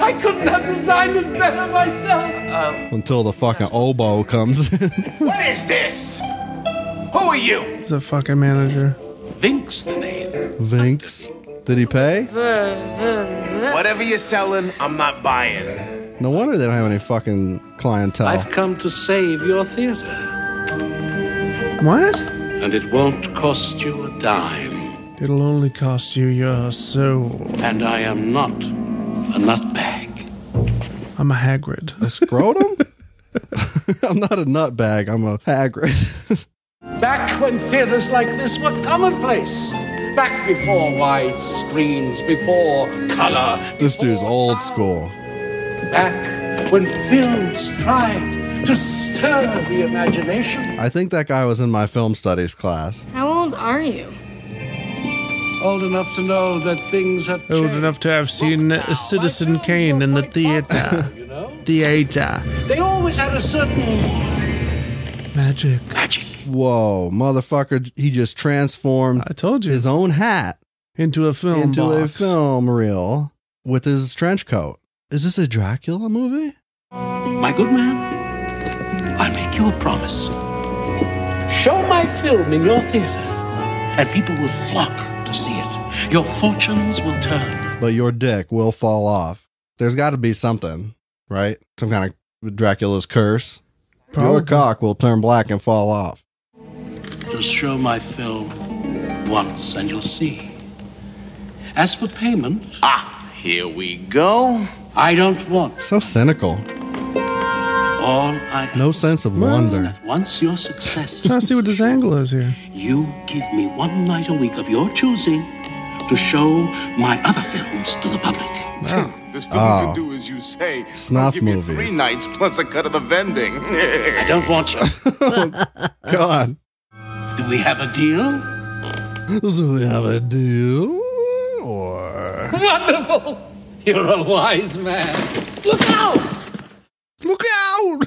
Speaker 8: I couldn't have designed it better myself.
Speaker 1: until the fucking oboe comes in.
Speaker 6: What is this? Who are you?
Speaker 2: He's a fucking manager.
Speaker 8: Vink's the name.
Speaker 1: Vinks. Did he pay?
Speaker 6: Whatever you're selling, I'm not buying.
Speaker 1: No wonder they don't have any fucking clientele.
Speaker 8: I've come to save your theater,
Speaker 2: What?
Speaker 8: and it won't cost you a dime.
Speaker 2: It'll only cost you your soul.
Speaker 8: And I am not a nutbag.
Speaker 2: I'm a Hagrid.
Speaker 1: Scrotum? I'm not a nutbag. I'm a Hagrid.
Speaker 8: Back when theaters like this were commonplace. Back before wide screens, before color.
Speaker 1: this dude's
Speaker 8: before
Speaker 1: old
Speaker 8: sound.
Speaker 1: school.
Speaker 8: Back when films tried to stir the imagination.
Speaker 1: I think that guy was in my film studies class.
Speaker 7: How old are you?
Speaker 8: Old enough to know that things have
Speaker 2: Old
Speaker 8: changed.
Speaker 2: enough to have seen
Speaker 8: Look now,
Speaker 2: Citizen
Speaker 8: my films
Speaker 2: Kane
Speaker 8: were
Speaker 2: in the
Speaker 8: quite
Speaker 2: theater.
Speaker 8: popular, you know?
Speaker 2: Theater.
Speaker 8: They always had a certain
Speaker 2: Magic.
Speaker 8: magic.
Speaker 1: Whoa, motherfucker! He just transformed
Speaker 2: I told you.
Speaker 1: his own hat
Speaker 2: Into a film
Speaker 1: into
Speaker 2: box.
Speaker 1: a film reel with his trench coat. Is this a Dracula movie?
Speaker 8: My good man, I make you a promise. Show my film in your theater, and people will flock to see it. Your fortunes will turn.
Speaker 1: But your dick will fall off. There's got to be something, right? Some kind of Dracula's curse. Your
Speaker 2: Probably.
Speaker 1: cock will turn black and fall off.
Speaker 8: Just show my film once, and you'll see. As for payment,
Speaker 6: Ah, here we go.
Speaker 8: I don't want
Speaker 1: So cynical.
Speaker 8: all I
Speaker 1: No
Speaker 8: ask
Speaker 1: sense of
Speaker 8: is
Speaker 1: wonder.
Speaker 8: that Once your success,
Speaker 2: Trying to see what this angle is here.
Speaker 8: you give me one night a week of your choosing to show my other films to the public.
Speaker 2: Ah.
Speaker 6: This film
Speaker 1: Oh.
Speaker 6: can do as you say. I'll
Speaker 1: Snuff
Speaker 6: give you
Speaker 1: movies.
Speaker 6: Three nights plus a cut of the vending.
Speaker 8: I don't want you.
Speaker 1: God.
Speaker 8: Do we have a deal?
Speaker 1: Do we have a deal? Or.
Speaker 8: Wonderful! You're a wise man. Look out!
Speaker 1: Look out!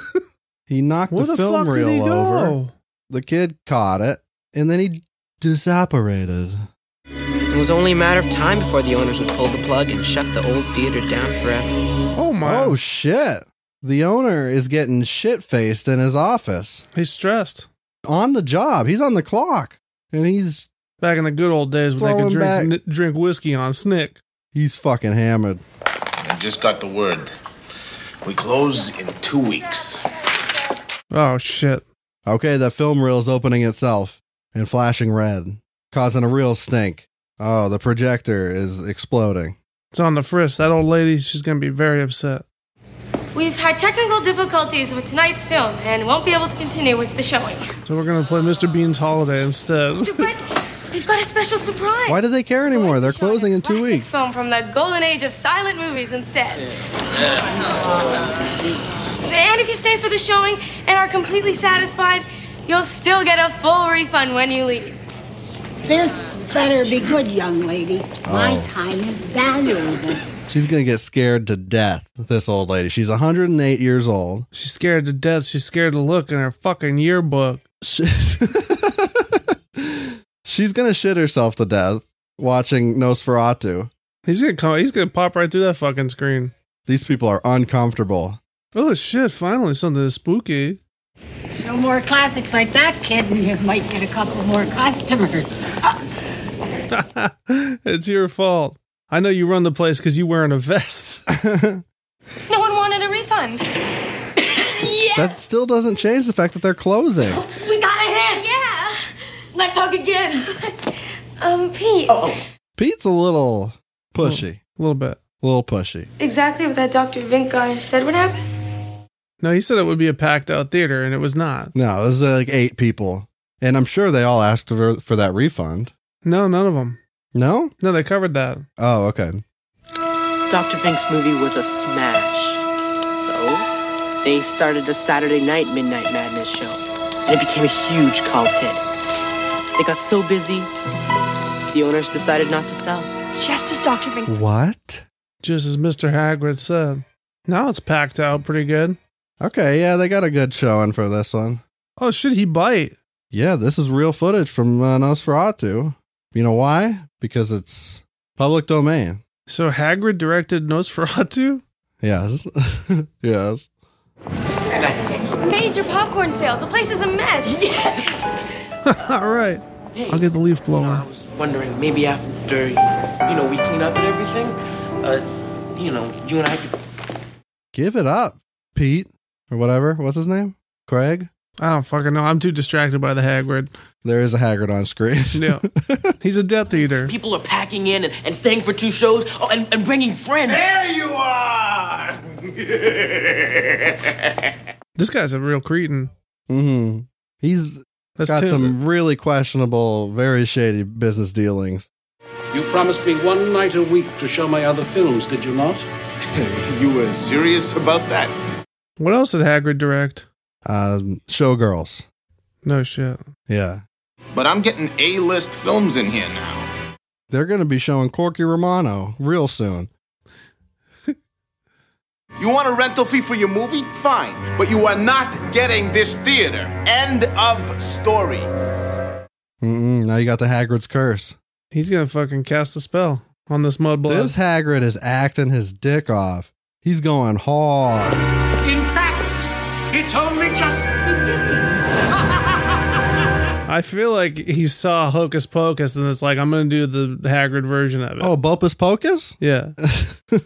Speaker 1: he knocked
Speaker 2: Where
Speaker 1: the,
Speaker 2: the,
Speaker 1: film
Speaker 2: fuck
Speaker 1: reel
Speaker 2: did he go?
Speaker 1: over. The kid caught it, and then he disapparated.
Speaker 4: It was only a matter of time before the owners would pull the plug and shut the old theater down forever.
Speaker 2: Oh my.
Speaker 1: Oh shit! The owner is getting shit faced in his office
Speaker 2: He's stressed.
Speaker 1: on the job. He's on the clock, and he's
Speaker 2: Back in the good old days when they could
Speaker 1: Throwing
Speaker 2: drink n- drink whiskey on Snick.
Speaker 1: he's fucking hammered.
Speaker 6: I just got the word. We close in two weeks.
Speaker 2: Oh shit.
Speaker 1: Okay, that film reel is opening itself and flashing red, causing a real stink. Oh, the projector is exploding.
Speaker 2: It's on the frisk. That old lady, she's gonna be very upset.
Speaker 7: We've had technical difficulties with tonight's film and won't be able to continue with the showing.
Speaker 2: So we're gonna play Mr. Bean's Holiday instead.
Speaker 7: But we've got a special surprise.
Speaker 1: Why do they care anymore? They're closing in two
Speaker 7: Classic
Speaker 1: weeks.
Speaker 7: Film from the golden age of silent movies instead. And if you stay for the showing and are completely satisfied, you'll still get a full refund when you leave.
Speaker 9: This better be good, young lady. My
Speaker 1: Oh.
Speaker 9: time is valuable.
Speaker 1: She's gonna get scared to death. This old lady. She's 108 years old.
Speaker 2: She's scared to death. She's scared to look in her fucking yearbook.
Speaker 1: She- She's gonna shit herself to death watching Nosferatu.
Speaker 2: He's gonna come. He's gonna pop right through that fucking screen.
Speaker 1: These people are uncomfortable.
Speaker 2: Oh shit! Finally, something is spooky.
Speaker 9: Show more classics like that, kid, and you might get a couple more customers.
Speaker 2: it's your fault. I know you run the place because you wearing a vest.
Speaker 7: No one wanted a refund.
Speaker 1: That still doesn't change the fact that they're closing.
Speaker 3: We got a hit!
Speaker 7: Yeah.
Speaker 3: Let's hug again.
Speaker 7: Um, Pete.
Speaker 1: Pete's a little pushy.
Speaker 2: a little bit.
Speaker 1: A little pushy.
Speaker 7: Exactly what that Dr. Vink guy said would happen.
Speaker 2: No, he said it would be a packed out theater, and it was not.
Speaker 1: No, this is like eight people. And I'm sure they all asked for, for that refund.
Speaker 2: No, none of them.
Speaker 1: No?
Speaker 2: No, they covered that.
Speaker 1: Oh, okay.
Speaker 4: Dr. Bink's movie was a smash. So they started a Saturday night Midnight Madness show, and it became a huge cult hit. They got so busy, the owners decided not to sell.
Speaker 3: Just as Dr. Vink.
Speaker 1: What?
Speaker 2: Just as Mister Hagrid said. Now it's packed out pretty good.
Speaker 1: Okay, yeah, they got a good showing for this one.
Speaker 2: Oh shit! He bite.
Speaker 1: Yeah, this is real footage from uh, Nosferatu. You know why? Because it's public domain.
Speaker 2: So Hagrid directed Nosferatu.
Speaker 1: Yes. yes.
Speaker 7: Major popcorn sales. The place is a mess.
Speaker 2: All right. I'll get the leaf blower.
Speaker 5: I was wondering, maybe after, you know, we clean up and everything, uh, you know, you and I could.
Speaker 1: Give it up, Pete. Or whatever. What's his name? Craig?
Speaker 2: I don't fucking know. I'm too distracted by the Hagrid.
Speaker 1: There is a Haggard on screen.
Speaker 2: No, he's a Death Eater.
Speaker 5: People are packing in and, and staying for two shows oh, and, and bringing friends.
Speaker 6: There you are!
Speaker 2: This guy's a real cretin.
Speaker 1: Mm-hmm. He's
Speaker 2: That's
Speaker 1: got
Speaker 2: Tim.
Speaker 1: some really questionable, very shady business dealings.
Speaker 8: You promised me one night a week to show my other films, did you not?
Speaker 6: you were serious about that?
Speaker 2: What else did Hagrid direct?
Speaker 1: Um, showgirls.
Speaker 2: No shit.
Speaker 1: Yeah.
Speaker 6: But I'm getting A-list films in here now.
Speaker 1: They're going to be showing Corky Romano real soon.
Speaker 6: You want a rental fee for your movie? Fine. But you are not getting this theater. End of story.
Speaker 1: Mm-mm, now you got the Hagrid's curse.
Speaker 2: He's gonna fucking cast a spell on this mudblood.
Speaker 1: This Hagrid is acting his dick off. He's going hard.
Speaker 10: In fact, it's only just beginning.
Speaker 2: I feel like he saw Hocus Pocus and it's like I'm gonna do the Hagrid version of it.
Speaker 1: Oh, Bopus Pocus?
Speaker 2: Yeah.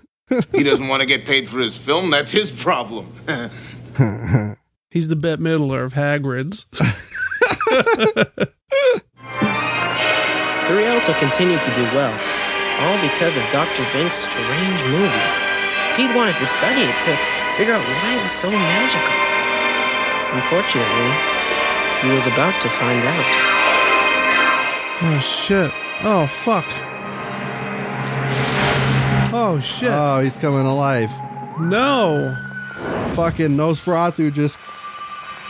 Speaker 6: He doesn't want to get paid for his film. That's his problem.
Speaker 2: He's the Bette Midler of Hagrid's.
Speaker 4: The Rialto continued to do well, all because of Dr. Bink's strange movie. Pete wanted to study it to figure out why it was so magical. Unfortunately, he was about to find out.
Speaker 2: oh shit. Oh fuck. Oh shit.
Speaker 1: Oh, he's coming to life.
Speaker 2: no.
Speaker 1: Fucking Nosferatu just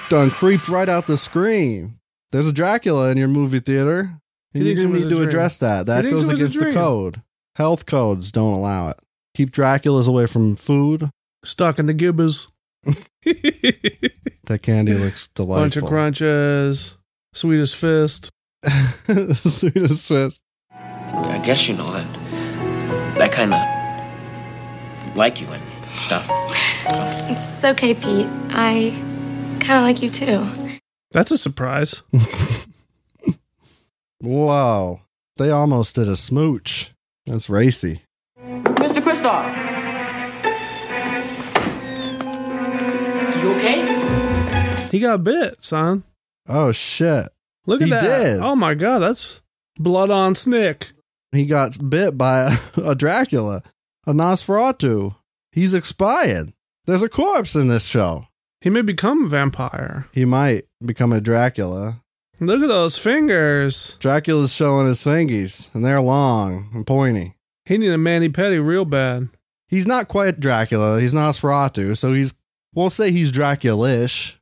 Speaker 1: done creeped right out the screen. There's a Dracula in your movie theater.
Speaker 2: He
Speaker 1: And you
Speaker 2: thinks it was
Speaker 1: need
Speaker 2: a
Speaker 1: to
Speaker 2: dream.
Speaker 1: address that.
Speaker 2: He
Speaker 1: That
Speaker 2: thinks
Speaker 1: goes
Speaker 2: it was a
Speaker 1: against the
Speaker 2: dream.
Speaker 1: code. Health codes don't allow it. Keep Draculas away from food.
Speaker 2: Stuck in the gibbers.
Speaker 1: That candy looks
Speaker 2: Bunch of
Speaker 1: delightful.
Speaker 2: crunches. Sweetest fist.
Speaker 1: Sweet as Swiss.
Speaker 5: I guess you know that. That kind of like you and stuff.
Speaker 7: It's okay, Pete. I kind of like you too.
Speaker 2: That's a surprise.
Speaker 1: Whoa. They almost did a smooch. That's racy.
Speaker 5: Mr. Kristoff. You okay?
Speaker 2: He got bit, son.
Speaker 1: Oh shit.
Speaker 2: Look at
Speaker 1: He
Speaker 2: that.
Speaker 1: did.
Speaker 2: Oh my god, that's blood on Snick.
Speaker 1: He got bit by a, a Dracula, a Nosferatu. He's expired. There's a corpse in this show.
Speaker 2: He may become a vampire.
Speaker 1: He might become a Dracula.
Speaker 2: Look at those fingers.
Speaker 1: Dracula's showing his fingies, and they're long and pointy.
Speaker 2: He need a mani pedi real bad.
Speaker 1: He's not quite Dracula. He's Nosferatu, so he's we'll say he's Dracula-ish.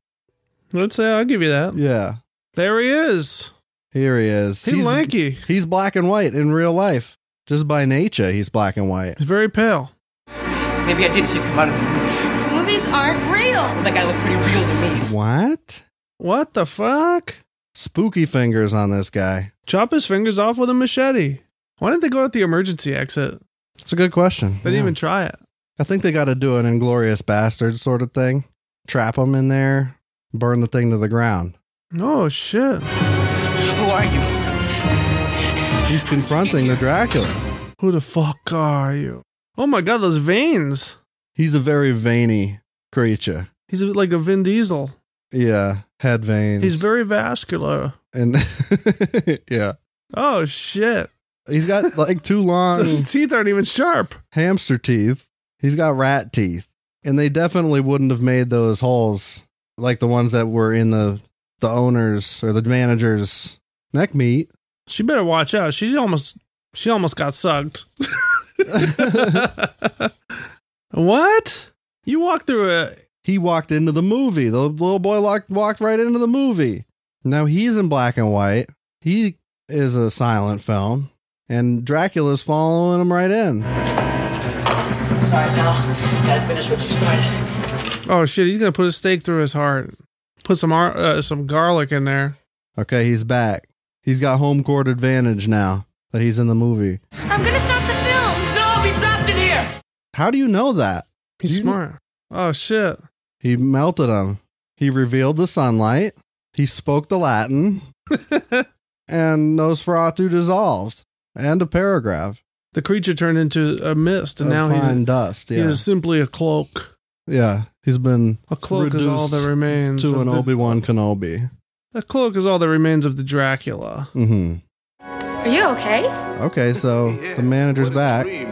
Speaker 2: Let's say I'll give you that.
Speaker 1: Yeah,
Speaker 2: There he is.
Speaker 1: here he is.
Speaker 2: He's,
Speaker 1: he's
Speaker 2: lanky.
Speaker 1: He's black and white in real life. Just by nature, he's black and white.
Speaker 2: He's very pale.
Speaker 5: Maybe I did see it come out of the movie.
Speaker 7: Movies aren't real.
Speaker 5: That guy looked pretty real to me.
Speaker 1: What?
Speaker 2: What the fuck?
Speaker 1: Spooky fingers on this guy.
Speaker 2: Chop his fingers off with a machete. Why didn't they go out the emergency exit?
Speaker 1: It's a good question.
Speaker 2: They didn't
Speaker 1: Yeah.
Speaker 2: even try it.
Speaker 1: I think they got to do an inglorious bastard sort of thing. Trap him in there, burn the thing to the ground.
Speaker 2: Oh shit.
Speaker 5: Who are you?
Speaker 1: He's confronting the Dracula.
Speaker 2: Who the fuck are you? Oh my god, those veins.
Speaker 1: He's a very veiny creature.
Speaker 2: He's like a Vin Diesel.
Speaker 1: Yeah, head veins.
Speaker 2: He's very vascular.
Speaker 1: and yeah,
Speaker 2: Oh shit.
Speaker 1: he's got like two long
Speaker 2: His teeth aren't even sharp.
Speaker 1: hamster teeth. He's got rat teeth, and they definitely wouldn't have made those holes like the ones that were in the the owner's or the manager's neck meat.
Speaker 2: She better watch out. She almost she almost got sucked. what? You walk through a
Speaker 1: He walked into the movie. The little boy locked, walked right into the movie. Now he's in black and white. He is a silent film, and Dracula's following him right in.
Speaker 5: Sorry, pal. Gotta finish what you started.
Speaker 2: oh shit, he's gonna put a stake through his heart. Put some ar- uh, some garlic in there.
Speaker 1: Okay, he's back. He's got home court advantage now that he's in the movie.
Speaker 7: I'm gonna stop the film.
Speaker 10: no, I'll be trapped in here.
Speaker 1: How do you know that?
Speaker 2: He's
Speaker 1: You-
Speaker 2: smart. Oh shit.
Speaker 1: He melted him. He revealed the sunlight. He spoke the Latin. and Nosferatu dissolved. And a paragraph.
Speaker 2: The creature turned into a mist, and
Speaker 1: of
Speaker 2: now
Speaker 1: fine
Speaker 2: he's,
Speaker 1: dust.
Speaker 2: he
Speaker 1: Yeah.
Speaker 2: is simply a cloak.
Speaker 1: yeah. He's been
Speaker 2: A cloak is all that
Speaker 1: Reduced
Speaker 2: remains.
Speaker 1: to
Speaker 2: of
Speaker 1: an
Speaker 2: the-
Speaker 1: Obi Wan Kenobi.
Speaker 2: A cloak is all that remains of the Dracula.
Speaker 1: hmm
Speaker 7: Are you okay?
Speaker 1: Okay, so the manager's
Speaker 6: What a
Speaker 1: back.
Speaker 6: dream.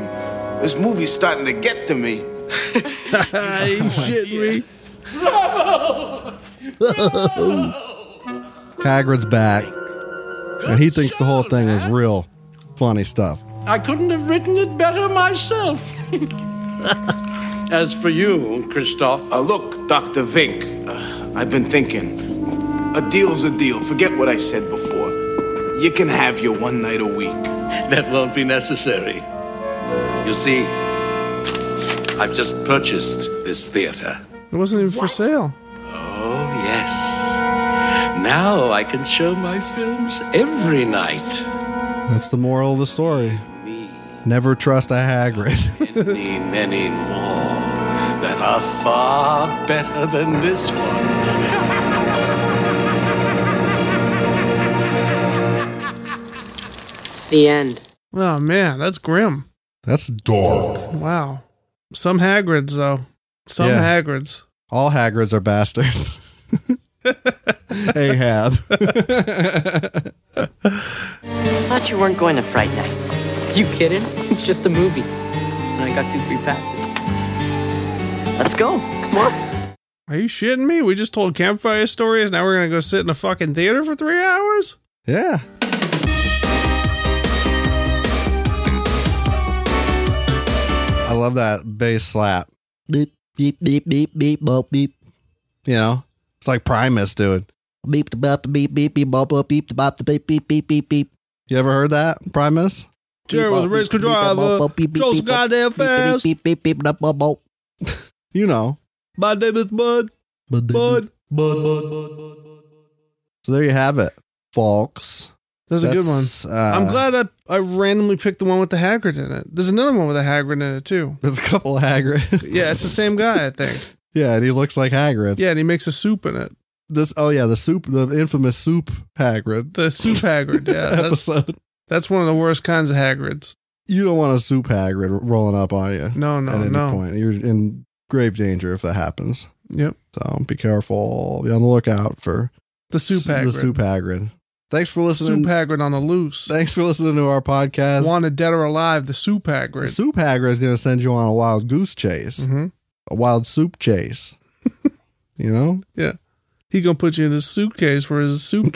Speaker 6: This movie's starting to get to me.
Speaker 2: Are you shitting me?
Speaker 10: Bravo!
Speaker 1: Hagrid's back, and he thinks the whole thing is real funny stuff.
Speaker 8: I couldn't have written it better myself.
Speaker 6: As for you, Christoph. Uh, look, Dr. Vink, uh, I've been thinking. A deal's a deal. Forget what I said before. You can have your one night a week.
Speaker 8: that won't be necessary. You see, I've just purchased this theater.
Speaker 2: It wasn't even for sale.
Speaker 8: Oh, yes. Now I can show my films every night.
Speaker 1: That's the moral of the story. Never trust a Hagrid.
Speaker 8: Many, many more that are far better than this one.
Speaker 4: The end.
Speaker 2: Oh man, that's grim.
Speaker 1: That's dark.
Speaker 2: Wow. Some Hagrids though. Some
Speaker 1: Yeah.
Speaker 2: Hagrids.
Speaker 1: All Hagrids are bastards. Ahab.
Speaker 4: Thought you weren't going to Fright Night. You kidding? It's just a movie. And I got two free passes. Let's go. Come on.
Speaker 2: Are you shitting me? We just told campfire stories. Now we're gonna go sit in a fucking theater for three hours?
Speaker 1: Yeah. I love that bass slap. Beep, beep, beep, beep, beep, bop, beep. You know, it's like Primus doing. Beep, da, bop, da, beep, beep, beep, bop, bop, beep, da, bop, da, beep, beep, beep, beep, beep. You ever heard that, Primus?
Speaker 2: Jerry was a race car driver. Joe's goddamn fast.
Speaker 1: You know.
Speaker 2: My name is Bud.
Speaker 1: Bud.
Speaker 2: Bud.
Speaker 1: So there you have it, folks.
Speaker 2: That's, a good one.
Speaker 1: That's, uh,
Speaker 2: I'm glad I, I randomly picked the one with the Hagrid in it. There's another one with a Hagrid in it too.
Speaker 1: There's a couple of Hagrid.
Speaker 2: Yeah, it's the same guy, I think.
Speaker 1: yeah, and he looks like Hagrid.
Speaker 2: Yeah, and he makes a soup in it.
Speaker 1: This oh yeah, the soup the infamous soup Hagrid
Speaker 2: The soup Hagrid. Yeah, that's
Speaker 1: episode.
Speaker 2: that's one of the worst kinds of Hagrids.
Speaker 1: You don't want a soup Hagrid rolling up on you.
Speaker 2: No, no,
Speaker 1: at any
Speaker 2: no.
Speaker 1: point. You're in grave danger if that happens.
Speaker 2: Yep.
Speaker 1: So be careful. Be on the lookout for
Speaker 2: The soup
Speaker 1: s-
Speaker 2: Hagrid.
Speaker 1: The soup Hagrid. Thanks for listening.
Speaker 2: Soup Hagrid on the loose.
Speaker 1: Thanks for listening to our podcast.
Speaker 2: Wanted dead or alive, the soup
Speaker 1: The
Speaker 2: Hagrid.
Speaker 1: soup Hagrid is going to send you on a wild goose chase,
Speaker 2: hmm
Speaker 1: a wild soup chase. you know?
Speaker 2: Yeah. He gonna put you in his suitcase for his soup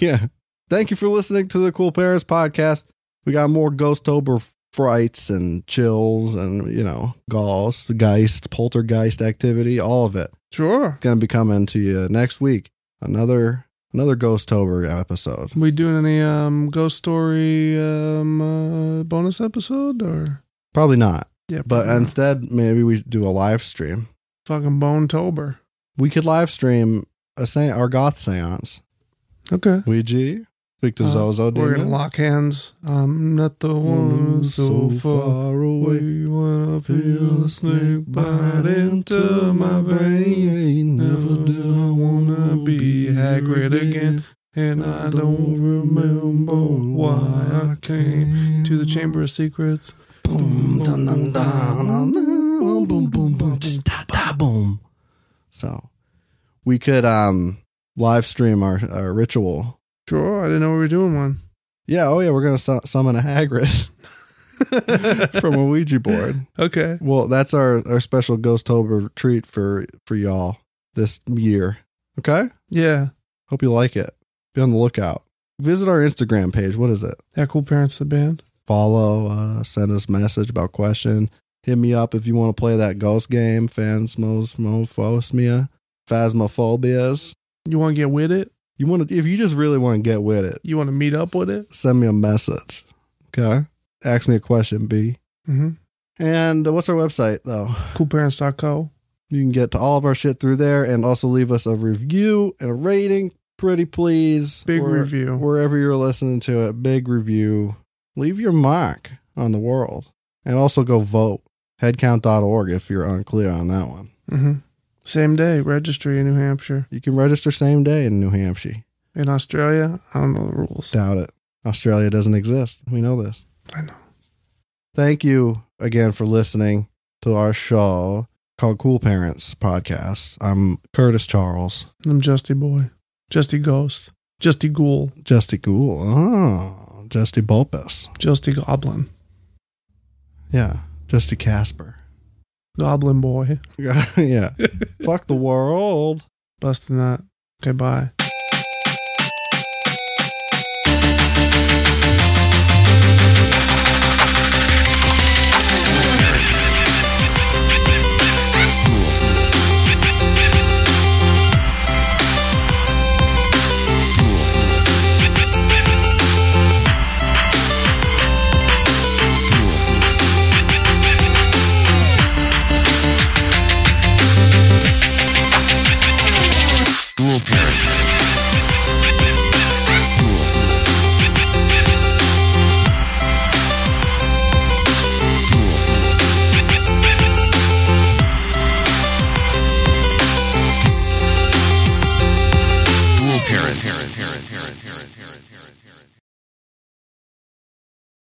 Speaker 1: yeah. Thank you for listening to the Cool Parents podcast. We got more Ghostober frights and chills and, you know, gauss, geist, poltergeist activity, all of it.
Speaker 2: sure.
Speaker 1: It's going to be coming to you next week. Another another Ghostober episode.
Speaker 2: We doing any um ghost story um uh, bonus episode or
Speaker 1: Probably not.
Speaker 2: yeah,
Speaker 1: But
Speaker 2: probably not.
Speaker 1: instead, maybe we should do a live stream.
Speaker 2: fucking bone tober.
Speaker 1: We could live stream a se- our goth seance.
Speaker 2: Okay.
Speaker 1: Ouija, speak to
Speaker 2: Uh,
Speaker 1: Zozo
Speaker 2: We're
Speaker 1: Demon.
Speaker 2: gonna lock hands. I'm not the one who's so far away when I feel a snake bite into my brain. Never did I wanna be Hagrid again, and I don't remember why I came to the Chamber of Secrets.
Speaker 1: Boom, dun, dun, dun, dun, dun, boom, boom, boom, tss, ta, ta, boom. So we could um live stream our, our ritual.
Speaker 2: Sure, I didn't know we were doing one.
Speaker 1: Yeah, oh yeah, we're gonna su- summon a Hagrid from a Ouija board.
Speaker 2: Okay.
Speaker 1: Well, that's our our special Ghostober treat for for y'all this year. Okay,
Speaker 2: Yeah.
Speaker 1: hope you like it. Be on the lookout. Visit our Instagram page. What is it?
Speaker 2: Yeah, cool parents the band.
Speaker 1: follow, uh, send us a message about question. Hit me up if you want to play that ghost game, Phansmosmia, Phasmophobias.
Speaker 2: You wanna get with it?
Speaker 1: You want to, if you just really want to get with it,
Speaker 2: You wanna meet up with it?
Speaker 1: send me a message. Okay, ask me a question, B.
Speaker 2: Mm-hmm.
Speaker 1: And uh, what's our website though?
Speaker 2: Coolparents.co.
Speaker 1: You can get to all of our shit through there, and also leave us a review and a rating, pretty please.
Speaker 2: Big review.
Speaker 1: wherever you're listening to it. Big review. Leave your mark on the world, and also go vote. Headcount.org if you're unclear on that one.
Speaker 2: Mm-hmm. Same day, registry in New Hampshire.
Speaker 1: You can register same day in New Hampshire.
Speaker 2: In Australia, I don't know the rules.
Speaker 1: Doubt it. Australia doesn't exist. We know this.
Speaker 2: I know.
Speaker 1: Thank you again for listening to our show called Cool Parents Podcast. I'm Curtis Charles.
Speaker 2: I'm Justy Boy. Justy Ghost. Justy Ghoul.
Speaker 1: Justy Ghoul. Oh, Justy Bulpus.
Speaker 2: Justy Goblin.
Speaker 1: Yeah, Justy Casper.
Speaker 2: Goblin Boy.
Speaker 1: yeah. Fuck the world.
Speaker 2: Bust a nut. Okay, bye.